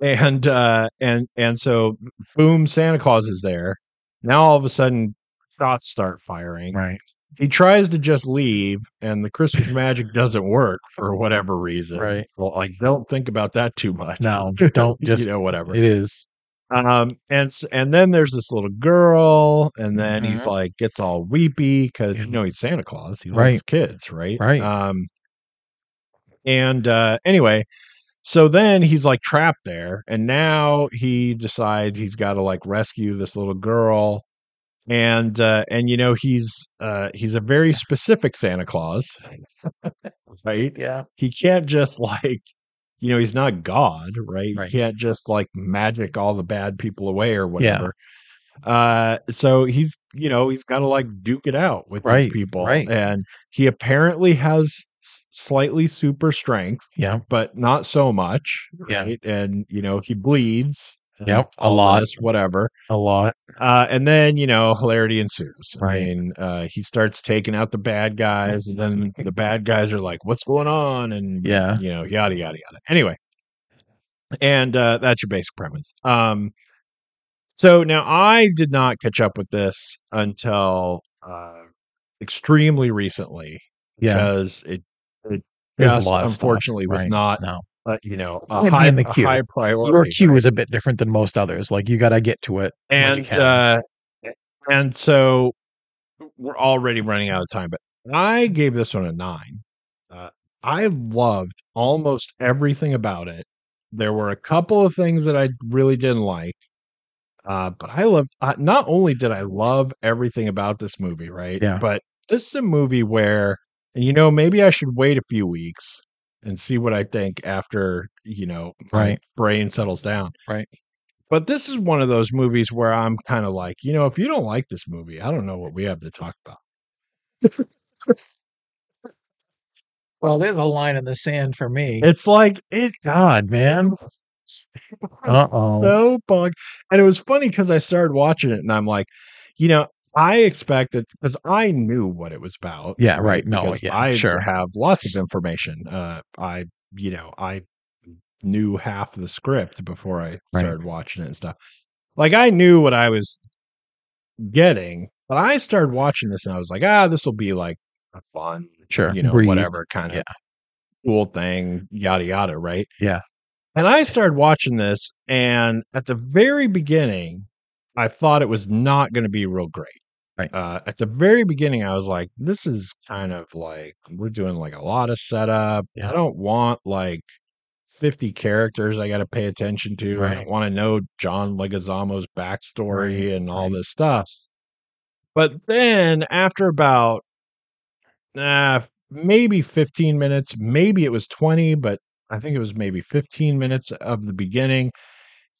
[SPEAKER 1] And uh and and so boom, Santa Claus is there. Now all of a sudden shots start firing.
[SPEAKER 2] Right.
[SPEAKER 1] He tries to just leave and the Christmas magic doesn't work for whatever reason.
[SPEAKER 2] Right.
[SPEAKER 1] Well, like don't think about that too much.
[SPEAKER 2] No, [LAUGHS] don't
[SPEAKER 1] [LAUGHS]
[SPEAKER 2] just.
[SPEAKER 1] you know, whatever
[SPEAKER 2] It is.
[SPEAKER 1] um and s- and then there's this little girl and then he's
[SPEAKER 2] Mhm.
[SPEAKER 1] like gets all weepy because you
[SPEAKER 2] Yeah.
[SPEAKER 1] know he's santa claus he loves
[SPEAKER 2] Right.
[SPEAKER 1] kids right
[SPEAKER 2] Right.
[SPEAKER 1] um and uh anyway so then he's like trapped there and now he decides he's got to like rescue this little girl and uh and you know he's uh he's a very specific santa claus [LAUGHS] right
[SPEAKER 2] Yeah.
[SPEAKER 1] he can't just [LAUGHS] like you know he's not god right,
[SPEAKER 2] Right.
[SPEAKER 1] he can't just like magic all the bad people away or whatever uh so he's you know he's got to like duke it out with
[SPEAKER 2] Right,
[SPEAKER 1] these people
[SPEAKER 2] right.
[SPEAKER 1] and he apparently has s- slightly super strength
[SPEAKER 2] Yeah.
[SPEAKER 1] but not so much
[SPEAKER 2] Yeah.
[SPEAKER 1] right and you know he bleeds
[SPEAKER 2] Yep. A
[SPEAKER 1] all
[SPEAKER 2] lot.
[SPEAKER 1] this, whatever
[SPEAKER 2] A lot.
[SPEAKER 1] uh, and then you know hilarity ensues. I
[SPEAKER 2] Right.
[SPEAKER 1] mean, uh, he starts taking out the bad guys, and then the bad guys are like, "What's going on?" And
[SPEAKER 2] Yeah.
[SPEAKER 1] you know, yada yada yada. Anyway, and uh, that's your basic premise. Um, so now I did not catch up with this until uh, extremely recently
[SPEAKER 2] Yeah.
[SPEAKER 1] because it it
[SPEAKER 2] There's a
[SPEAKER 1] just
[SPEAKER 2] lot of stuff,
[SPEAKER 1] unfortunately was
[SPEAKER 2] right.
[SPEAKER 1] not
[SPEAKER 2] No.
[SPEAKER 1] uh, you know
[SPEAKER 2] It'd
[SPEAKER 1] a
[SPEAKER 2] be
[SPEAKER 1] high,
[SPEAKER 2] in the
[SPEAKER 1] a
[SPEAKER 2] queue.
[SPEAKER 1] high priority.
[SPEAKER 2] Your queue is a bit different than most others. Like you got to get to it. when you
[SPEAKER 1] and
[SPEAKER 2] can.
[SPEAKER 1] uh and so we're already running out of time but i gave this one a nine uh, i loved almost everything about it there were a couple of things that i really didn't like uh but i love uh, not only did i love everything about this movie right
[SPEAKER 2] Yeah.
[SPEAKER 1] but this is a movie where and you know maybe i should wait a few weeks and see what i think after you know my
[SPEAKER 2] Right.
[SPEAKER 1] brain settles down
[SPEAKER 2] Right.
[SPEAKER 1] but this is one of those movies where I'm kind of like, you know, if you don't like this movie, I don't know what we have to talk about.
[SPEAKER 2] well, there's a line in the sand for me.
[SPEAKER 1] It's like it
[SPEAKER 2] God, [LAUGHS] man. Uh oh.
[SPEAKER 1] so bug, and it was funny because I started watching it, and I'm like, you know, I expected because I knew what it was about.
[SPEAKER 2] Yeah, right. No,
[SPEAKER 1] Because
[SPEAKER 2] yeah,
[SPEAKER 1] I
[SPEAKER 2] sure.
[SPEAKER 1] have lots of information. Uh, I, you know, I knew half the script before I
[SPEAKER 2] Right.
[SPEAKER 1] started watching it and stuff. Like I knew what I was getting, but I started watching this and I was like, ah, this will be like a fun,
[SPEAKER 2] Sure.
[SPEAKER 1] you know,
[SPEAKER 2] Breathe.
[SPEAKER 1] whatever kind of
[SPEAKER 2] Yeah.
[SPEAKER 1] cool thing, yada yada, right?
[SPEAKER 2] Yeah.
[SPEAKER 1] And I started watching this, and at the very beginning, I thought it was not going to be real great.
[SPEAKER 2] Right.
[SPEAKER 1] Uh, at the very beginning, I was like, this is kind of like we're doing like a lot of setup.
[SPEAKER 2] Yeah.
[SPEAKER 1] I don't want like 50 characters I got to pay attention to. I
[SPEAKER 2] Right.
[SPEAKER 1] don't want to know John Leguizamo's backstory and all
[SPEAKER 2] right.
[SPEAKER 1] this stuff. But then after ah, about uh, maybe 15 minutes, maybe it was 20, but I think it was maybe 15 minutes of the beginning.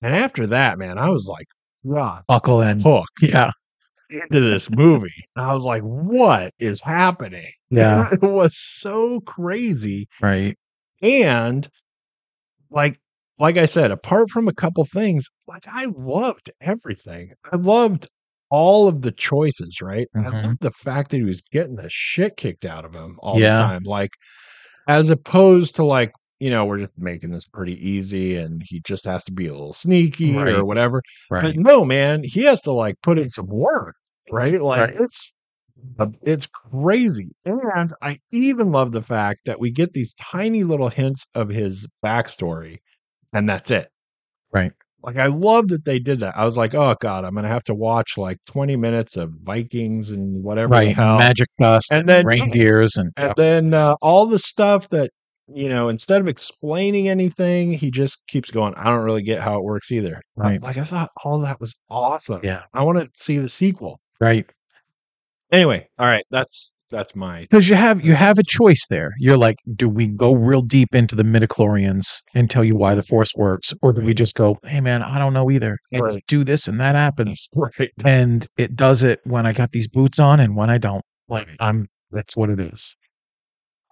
[SPEAKER 1] And after that, man, I was like, God,
[SPEAKER 2] Buckle [LAUGHS] in.
[SPEAKER 1] hooked
[SPEAKER 2] Yeah. [LAUGHS]
[SPEAKER 1] into this movie. And I was like, what is happening? [LAUGHS]
[SPEAKER 2] Yeah.
[SPEAKER 1] It was so crazy.
[SPEAKER 2] Right.
[SPEAKER 1] And like like I said, apart from a couple things, like I loved everything. I loved all of the choices, right? I
[SPEAKER 2] Mhm.
[SPEAKER 1] loved the fact that he was getting the shit kicked out of him all
[SPEAKER 2] Yeah.
[SPEAKER 1] the time. Like as opposed to like, you know, we're just making this pretty easy and he just has to be a little sneaky
[SPEAKER 2] Right.
[SPEAKER 1] or whatever.
[SPEAKER 2] Right.
[SPEAKER 1] But no, man, he has to like put in some work, right? Like
[SPEAKER 2] Right.
[SPEAKER 1] it's uh, it's crazy. And I even love the fact that we get these tiny little hints of his backstory, and that's it.
[SPEAKER 2] Right.
[SPEAKER 1] Like I love that they did that. I was like, oh god, I'm gonna have to watch like 20 minutes of Vikings and whatever the
[SPEAKER 2] Right.
[SPEAKER 1] hell.
[SPEAKER 2] Magic dust
[SPEAKER 1] and then
[SPEAKER 2] reindeers and
[SPEAKER 1] and then uh, all the stuff that you know, instead of explaining anything, he just keeps going. I don't really get how it works either. Like-
[SPEAKER 2] Right.
[SPEAKER 1] Like I thought, all that was awesome.
[SPEAKER 2] Yeah.
[SPEAKER 1] I want to see the sequel.
[SPEAKER 2] right.
[SPEAKER 1] Anyway, all right, that's that's my
[SPEAKER 2] Because you have you have a choice there. You're like, do we go real deep into the midichlorians and tell you why the force works? Or do we just go, hey man, I don't know either. I just
[SPEAKER 1] Right.
[SPEAKER 2] do this and that happens.
[SPEAKER 1] [LAUGHS] right.
[SPEAKER 2] And it does it when I got these boots on and when I don't. Like I'm that's what it is.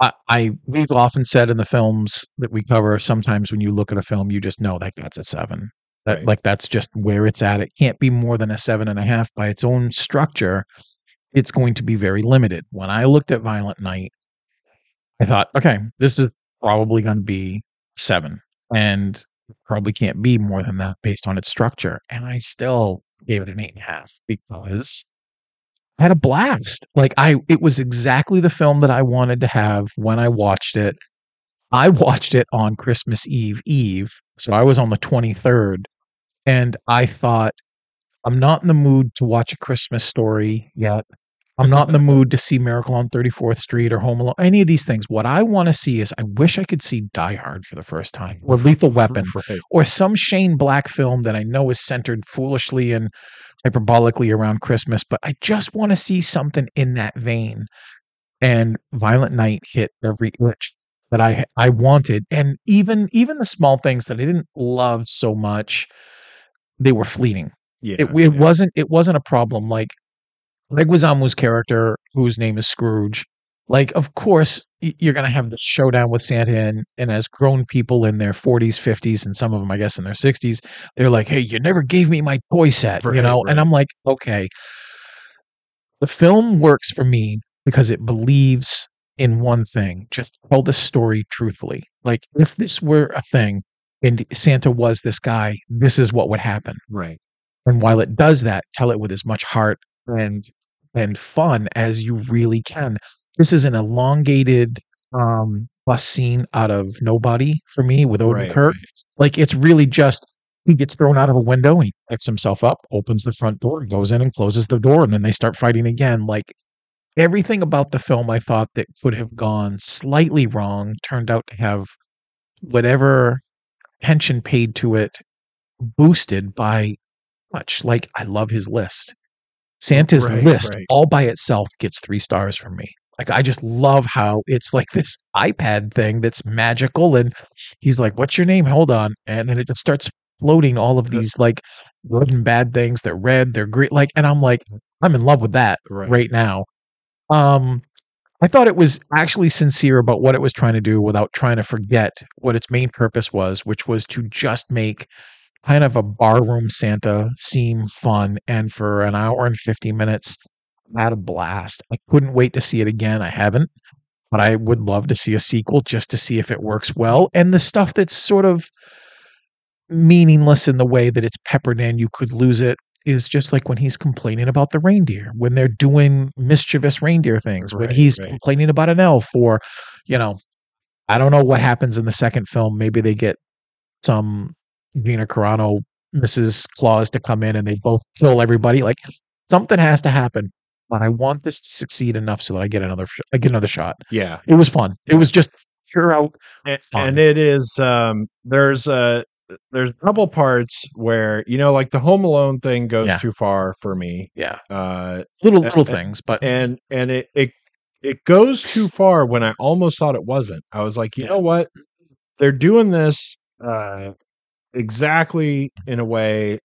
[SPEAKER 2] I, I we've often said in the films that we cover, sometimes when you look at a film, you just know like that's a seven. That
[SPEAKER 1] Right.
[SPEAKER 2] like that's just where it's at. It can't be more than a seven and a half by its own structure. It's going to be very limited. When I looked at Violent Night, I thought, okay, this is probably going to be seven, and probably can't be more than that based on its structure. And I still gave it an eight and a half because I had a blast. Like I, it was exactly the film that I wanted to have when I watched it. I watched it on Christmas Eve Eve, so I was on the twenty third, and I thought, I'm not in the mood to watch a Christmas story yet. I'm not in the mood to see Miracle on 34th Street or Home Alone, any of these things. What I want to see is I wish I could see Die Hard for the first time or Lethal Weapon
[SPEAKER 1] [LAUGHS] Right.
[SPEAKER 2] or some Shane Black film that I know is centered foolishly and hyperbolically around Christmas, but I just want to see something in that vein. And Violent Night hit every itch that I I wanted, and even even the small things that I didn't love so much, they were fleeting
[SPEAKER 1] Yeah.
[SPEAKER 2] it, it
[SPEAKER 1] yeah.
[SPEAKER 2] wasn't it wasn't a problem like Leguizamo's character whose name is Scrooge like of course y- you're going to have the showdown with Santa and, and as grown people in their 40s 50s and some of them I guess in their 60s they're like hey you never gave me my toy set you
[SPEAKER 1] Right,
[SPEAKER 2] know and
[SPEAKER 1] right.
[SPEAKER 2] I'm like okay the film works for me because it believes in one thing just tell the story truthfully like if this were a thing and Santa was this guy this is what would happen
[SPEAKER 1] right.
[SPEAKER 2] and while it does that, tell it with as much heart and and fun as you really can. This is an elongated um bus scene out of nobody for me with Odin
[SPEAKER 1] right,
[SPEAKER 2] Kirk.
[SPEAKER 1] right.
[SPEAKER 2] Like it's really just he gets thrown out of a window and he picks himself up, opens the front door, goes in and closes the door, and then they start fighting again. Like everything about the film I thought that could have gone slightly wrong turned out to have whatever attention paid to it boosted by much like I love his list. Santa's
[SPEAKER 1] Right,
[SPEAKER 2] list
[SPEAKER 1] right.
[SPEAKER 2] all by itself gets three stars from me. Like I just love how it's like this iPad thing that's magical and he's like, What's your name? Hold on. And then it just starts floating all of
[SPEAKER 1] The-
[SPEAKER 2] these like good and bad things. They're red, they're green. Like, and I'm like, I'm in love with that
[SPEAKER 1] Right.
[SPEAKER 2] right now. Um, I thought it was actually sincere about what it was trying to do without trying to forget what its main purpose was, which was to just make kind of a barroom Santa seem fun. And for an hour and 50 minutes, I had a blast. I couldn't wait to see it again. I haven't, but I would love to see a sequel just to see if it works well. And the stuff that's sort of meaningless in the way that it's peppered in, you could lose it is just like when he's complaining about the reindeer, when they're doing mischievous reindeer things, when
[SPEAKER 1] Right,
[SPEAKER 2] he's
[SPEAKER 1] right.
[SPEAKER 2] complaining about an elf, or, you know, I don't know what happens in the second film. Maybe they get some Gina Carano, Mrs. Claus to come in and they both kill everybody. Like something has to happen. But I want this to succeed enough so that I get another sh- I get another shot.
[SPEAKER 1] Yeah.
[SPEAKER 2] It was fun. It was just pure out.
[SPEAKER 1] and,
[SPEAKER 2] Fun.
[SPEAKER 1] and it is um there's a there's a couple parts where you know like the home alone thing goes
[SPEAKER 2] Yeah.
[SPEAKER 1] too far for me
[SPEAKER 2] Yeah.
[SPEAKER 1] uh
[SPEAKER 2] Little
[SPEAKER 1] A-
[SPEAKER 2] little
[SPEAKER 1] a-
[SPEAKER 2] things, but
[SPEAKER 1] and and it it it goes too far when i almost thought it wasn't i was like you
[SPEAKER 2] Yeah.
[SPEAKER 1] know what they're doing this uh, exactly in a way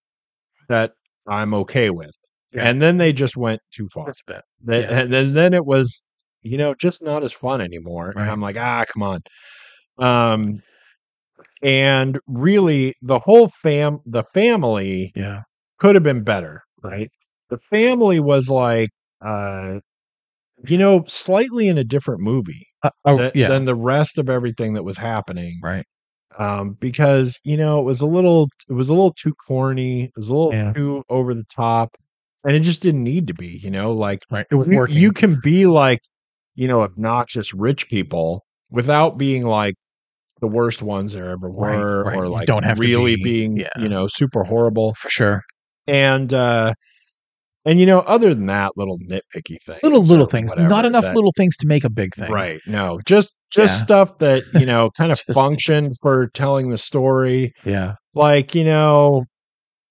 [SPEAKER 1] that I'm okay with.
[SPEAKER 2] Yeah.
[SPEAKER 1] And then they just went too far.
[SPEAKER 2] That's bad.
[SPEAKER 1] Then,
[SPEAKER 2] Yeah.
[SPEAKER 1] and then, then it was, you know, just not as fun anymore.
[SPEAKER 2] Right.
[SPEAKER 1] And I'm like, ah, come on. Um, and really, the whole fam, the family
[SPEAKER 2] Yeah.
[SPEAKER 1] could have been better, right? The family was like, uh, you know, slightly in a different movie
[SPEAKER 2] Uh, oh,
[SPEAKER 1] tha-
[SPEAKER 2] yeah.
[SPEAKER 1] than the rest of everything that was happening,
[SPEAKER 2] right.
[SPEAKER 1] um, because you know it was a little, it was a little too corny, it was a little
[SPEAKER 2] Yeah.
[SPEAKER 1] too over the top, and it just didn't need to be, you know, like
[SPEAKER 2] Right. It was
[SPEAKER 1] you,
[SPEAKER 2] working.
[SPEAKER 1] you can be like you know obnoxious rich people without being like the worst ones there ever
[SPEAKER 2] Right,
[SPEAKER 1] were
[SPEAKER 2] right.
[SPEAKER 1] or
[SPEAKER 2] You
[SPEAKER 1] like
[SPEAKER 2] don't have to
[SPEAKER 1] really
[SPEAKER 2] be-
[SPEAKER 1] being
[SPEAKER 2] yeah.
[SPEAKER 1] you know super horrible
[SPEAKER 2] for sure.
[SPEAKER 1] and uh and you know other than that little nitpicky things
[SPEAKER 2] Little little
[SPEAKER 1] or
[SPEAKER 2] things.
[SPEAKER 1] uh, whatever
[SPEAKER 2] Not enough
[SPEAKER 1] that-
[SPEAKER 2] little things to make a big thing.
[SPEAKER 1] right no just just
[SPEAKER 2] Yeah.
[SPEAKER 1] stuff that you
[SPEAKER 2] [LAUGHS]
[SPEAKER 1] know kind of
[SPEAKER 2] Just-
[SPEAKER 1] functioned for telling the story
[SPEAKER 2] Yeah.
[SPEAKER 1] like you know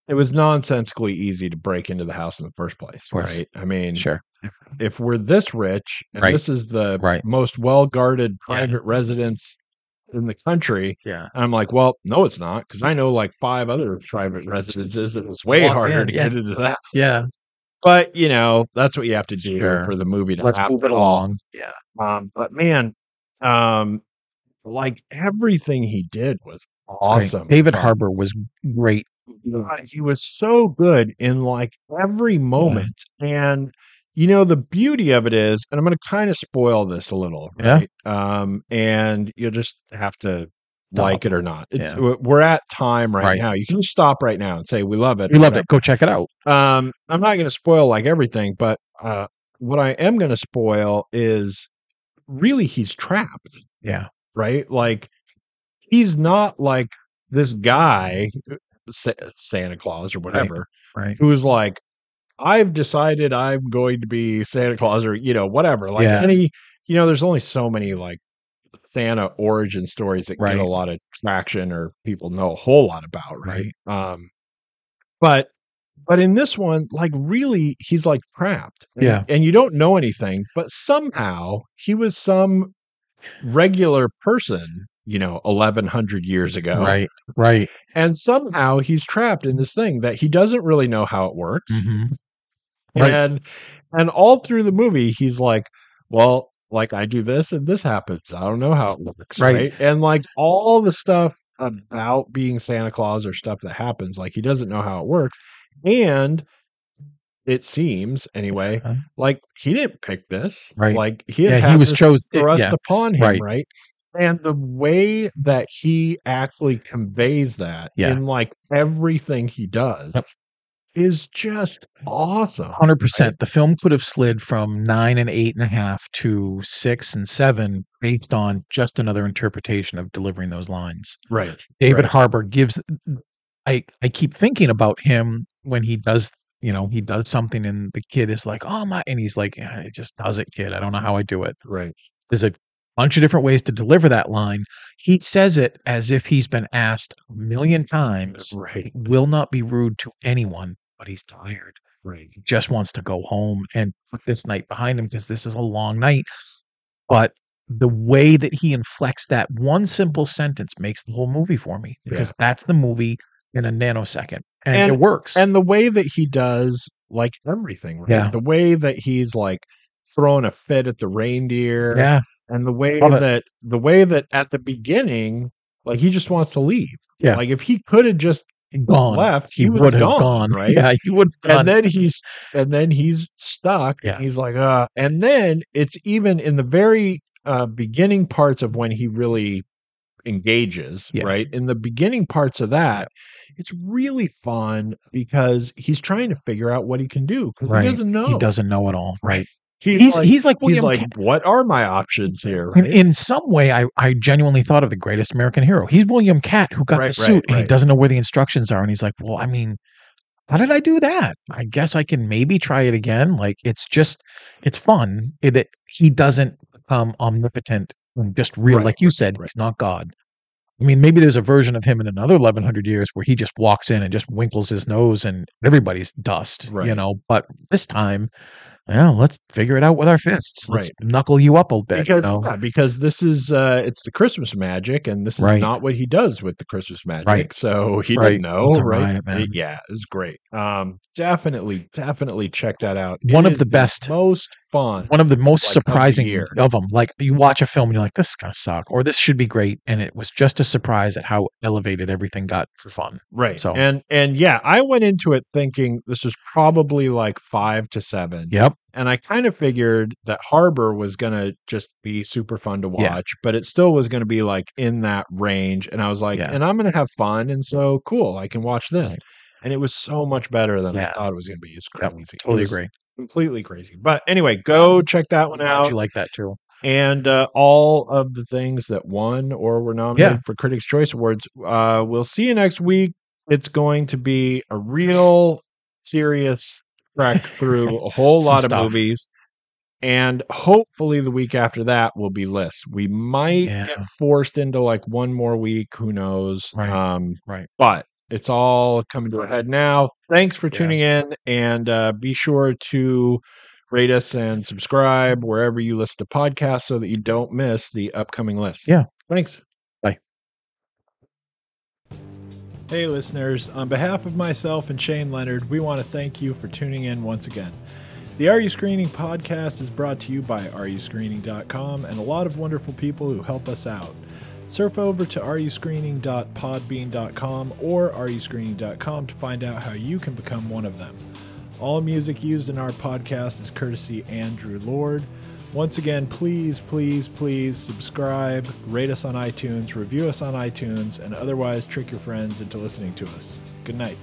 [SPEAKER 1] it was nonsensically easy to break into the house in the first place
[SPEAKER 2] course.
[SPEAKER 1] right i mean
[SPEAKER 2] Sure.
[SPEAKER 1] if, if we're this rich and
[SPEAKER 2] Right.
[SPEAKER 1] this is the
[SPEAKER 2] Right.
[SPEAKER 1] most well guarded
[SPEAKER 2] Yeah.
[SPEAKER 1] private residence in the country,
[SPEAKER 2] Yeah.
[SPEAKER 1] I'm like, well, no, it's not because I know like five other private residences that it's way
[SPEAKER 2] Walk
[SPEAKER 1] harder
[SPEAKER 2] in,
[SPEAKER 1] to
[SPEAKER 2] yeah.
[SPEAKER 1] get into that.
[SPEAKER 2] Yeah.
[SPEAKER 1] But you know, that's what you have to do
[SPEAKER 2] Sure.
[SPEAKER 1] for the movie to
[SPEAKER 2] Let's
[SPEAKER 1] happen
[SPEAKER 2] move it
[SPEAKER 1] at all.
[SPEAKER 2] along. Yeah.
[SPEAKER 1] Um, but man, um, like everything he did was
[SPEAKER 2] Great.
[SPEAKER 1] awesome.
[SPEAKER 2] David
[SPEAKER 1] Like,
[SPEAKER 2] Harbour was great.
[SPEAKER 1] God, he was so good in like every moment and you know the beauty of it is and i'm going to kind of spoil this a little
[SPEAKER 2] Yeah.
[SPEAKER 1] right um and you'll just have to
[SPEAKER 2] Stop.
[SPEAKER 1] like it or not it's
[SPEAKER 2] Yeah.
[SPEAKER 1] w- we're at time right,
[SPEAKER 2] Right.
[SPEAKER 1] now you can just stop right now and say we love it
[SPEAKER 2] We
[SPEAKER 1] or
[SPEAKER 2] loved it. Go check it out.
[SPEAKER 1] um, I'm not going to spoil like everything, but uh, what I am going to spoil is really he's trapped.
[SPEAKER 2] Yeah.
[SPEAKER 1] Right. Like he's not like this guy, uh, Sa- Santa Claus or whatever,
[SPEAKER 2] Right.
[SPEAKER 1] who's like, I've decided I'm going to be Santa Claus or, you know, whatever. Like
[SPEAKER 2] Yeah.
[SPEAKER 1] any, you know, there's only so many like Santa origin stories that
[SPEAKER 2] Right.
[SPEAKER 1] get a lot of traction or people know a whole lot about. Right. Um, but, but in this one, like really, he's like trapped. And-
[SPEAKER 2] Yeah.
[SPEAKER 1] And you don't know anything, but somehow he was some regular person, you know, 1100 years ago.
[SPEAKER 2] Right. Right.
[SPEAKER 1] And somehow he's trapped in this thing that he doesn't really know how it works.
[SPEAKER 2] hmm Right.
[SPEAKER 1] And and all through the movie, he's like, Well, like I do this and this happens. I don't know how it works.
[SPEAKER 2] Right.
[SPEAKER 1] Right. And like all the stuff about being Santa Claus or stuff that happens, like he doesn't know how it works. And it seems anyway,
[SPEAKER 2] Uh-huh.
[SPEAKER 1] like he didn't pick this.
[SPEAKER 2] Right.
[SPEAKER 1] Like he has
[SPEAKER 2] Yeah.
[SPEAKER 1] had
[SPEAKER 2] He was
[SPEAKER 1] this
[SPEAKER 2] chose. it-
[SPEAKER 1] thrust
[SPEAKER 2] Yeah.
[SPEAKER 1] upon him,
[SPEAKER 2] Right.
[SPEAKER 1] right. And the way that he actually conveys that
[SPEAKER 2] Yeah.
[SPEAKER 1] in like everything he does
[SPEAKER 2] Yep.
[SPEAKER 1] is just awesome.
[SPEAKER 2] Hundred percent. The film could have slid from nine and eight and a half to six and seven based on just another interpretation of delivering those lines.
[SPEAKER 1] Right.
[SPEAKER 2] David
[SPEAKER 1] Right.
[SPEAKER 2] Harbour gives I I keep thinking about him when he does you know he does something and the kid is like oh my and he's like "Yeah, it just does it kid I don't know how I do it
[SPEAKER 1] Right.
[SPEAKER 2] there's a bunch of different ways to deliver that line he says it as if he's been asked a million times
[SPEAKER 1] Right.
[SPEAKER 2] will not be rude to anyone but he's tired
[SPEAKER 1] Right.
[SPEAKER 2] he just wants to go home and put this night behind him because this is a long night. But the way that he inflects that one simple sentence makes the whole movie for me because that's the movie in a nanosecond and, it
[SPEAKER 1] And-
[SPEAKER 2] works.
[SPEAKER 1] And the way that he does like everything, right?
[SPEAKER 2] Yeah.
[SPEAKER 1] The way that he's like throwing a fit at the reindeer.
[SPEAKER 2] yeah,
[SPEAKER 1] And the way
[SPEAKER 2] Love it.
[SPEAKER 1] that the way that at the beginning, like he just wants to leave.
[SPEAKER 2] Yeah.
[SPEAKER 1] Like if he could have just
[SPEAKER 2] gone.
[SPEAKER 1] left,
[SPEAKER 2] he
[SPEAKER 1] he was
[SPEAKER 2] would have
[SPEAKER 1] gone,
[SPEAKER 2] gone,
[SPEAKER 1] right?
[SPEAKER 2] Yeah, he would have gone.
[SPEAKER 1] and then he's and then he's stuck
[SPEAKER 2] Yeah.
[SPEAKER 1] and he's like uh and then it's even in the very uh beginning parts of when he really engages
[SPEAKER 2] Yeah.
[SPEAKER 1] right in the beginning parts of that it's really fun because he's trying to figure out what he can do because
[SPEAKER 2] Right.
[SPEAKER 1] he doesn't know
[SPEAKER 2] He doesn't know it all. Right.
[SPEAKER 1] he's
[SPEAKER 2] He's
[SPEAKER 1] like,
[SPEAKER 2] he's like
[SPEAKER 1] he's
[SPEAKER 2] William
[SPEAKER 1] like
[SPEAKER 2] Ca-
[SPEAKER 1] what are my options here
[SPEAKER 2] in,
[SPEAKER 1] right?
[SPEAKER 2] in some way, I, I genuinely thought of the greatest American hero. He's William Cat who got
[SPEAKER 1] Right,
[SPEAKER 2] the
[SPEAKER 1] right,
[SPEAKER 2] suit and he
[SPEAKER 1] right.
[SPEAKER 2] doesn't know where the instructions are. And he's like, well, I mean, how did I do that? I guess I can maybe try it again. Like it's just, it's fun i- that he doesn't become omnipotent and just real.
[SPEAKER 1] Right,
[SPEAKER 2] Like you said,
[SPEAKER 1] right.
[SPEAKER 2] he's not God. I mean, maybe there's a version of him in another 1100 years where he just walks in and just winkles his nose and everybody's dust, you
[SPEAKER 1] Right.
[SPEAKER 2] know. But this time, yeah, let's figure it out with our fists. Let's knuckle you up a bit.
[SPEAKER 1] because
[SPEAKER 2] you know?
[SPEAKER 1] yeah, because this is uh it's the Christmas magic, and this is
[SPEAKER 2] Right.
[SPEAKER 1] not what he does with the Christmas magic.
[SPEAKER 2] Right.
[SPEAKER 1] So he
[SPEAKER 2] Right.
[SPEAKER 1] didn't know,
[SPEAKER 2] It's a
[SPEAKER 1] right?
[SPEAKER 2] riot, man.
[SPEAKER 1] Yeah, it's great. Um, definitely, definitely check that out.
[SPEAKER 2] One of
[SPEAKER 1] is
[SPEAKER 2] the best-
[SPEAKER 1] most fun.
[SPEAKER 2] one of the most
[SPEAKER 1] like, of the
[SPEAKER 2] surprising
[SPEAKER 1] year.
[SPEAKER 2] of them. Like you watch a film and you're like, this is gonna suck, or this should be great, and it was just a surprise at how elevated everything got for fun.
[SPEAKER 1] right.
[SPEAKER 2] so-
[SPEAKER 1] and and yeah, I went into it thinking this is probably like five to seven.
[SPEAKER 2] Yep,
[SPEAKER 1] and I kind of figured that Harbor was gonna just be super fun to watch,
[SPEAKER 2] Yeah.
[SPEAKER 1] but it still was gonna be like in that range. And I was like,
[SPEAKER 2] Yeah.
[SPEAKER 1] and I'm gonna have fun, and so cool, I can watch this.
[SPEAKER 2] Right.
[SPEAKER 1] And it was so much better than I
[SPEAKER 2] Yeah.
[SPEAKER 1] thought it was gonna be. It's
[SPEAKER 2] yep
[SPEAKER 1] crazy, It
[SPEAKER 2] totally
[SPEAKER 1] was
[SPEAKER 2] agree.
[SPEAKER 1] completely crazy. But anyway, go check that one
[SPEAKER 2] I'm glad
[SPEAKER 1] out,
[SPEAKER 2] you like that too.
[SPEAKER 1] and uh, all of the things that won or were nominated for Critics' Choice Awards. Uh, we'll see you next week. It's going to be a real serious trek through a whole
[SPEAKER 2] Some
[SPEAKER 1] lot
[SPEAKER 2] stuff.
[SPEAKER 1] of movies and hopefully the week after that will be lists. We might
[SPEAKER 2] Yeah.
[SPEAKER 1] get forced into like one more week, who knows?
[SPEAKER 2] Right,
[SPEAKER 1] Um,
[SPEAKER 2] right.
[SPEAKER 1] But it's all coming to a head Uh, now. Thanks for
[SPEAKER 2] Yeah.
[SPEAKER 1] tuning in, and uh, be sure to rate us and subscribe wherever you listen to podcasts so that you don't miss the upcoming list.
[SPEAKER 2] Yeah.
[SPEAKER 1] Thanks.
[SPEAKER 3] Hey, listeners, on behalf of myself and Shane Leonard, we want to thank you for tuning in once again. The Are You Screening podcast is brought to you by areyouscreening.com and a lot of wonderful people who help us out. Surf over to areyouscreening.podbean.com or areyouscreening.com to find out how you can become one of them. All music used in our podcast is courtesy Andrew Lord. Once again, please, please, please subscribe, rate us on iTunes, review us on iTunes, and otherwise trick your friends into listening to us. Good night.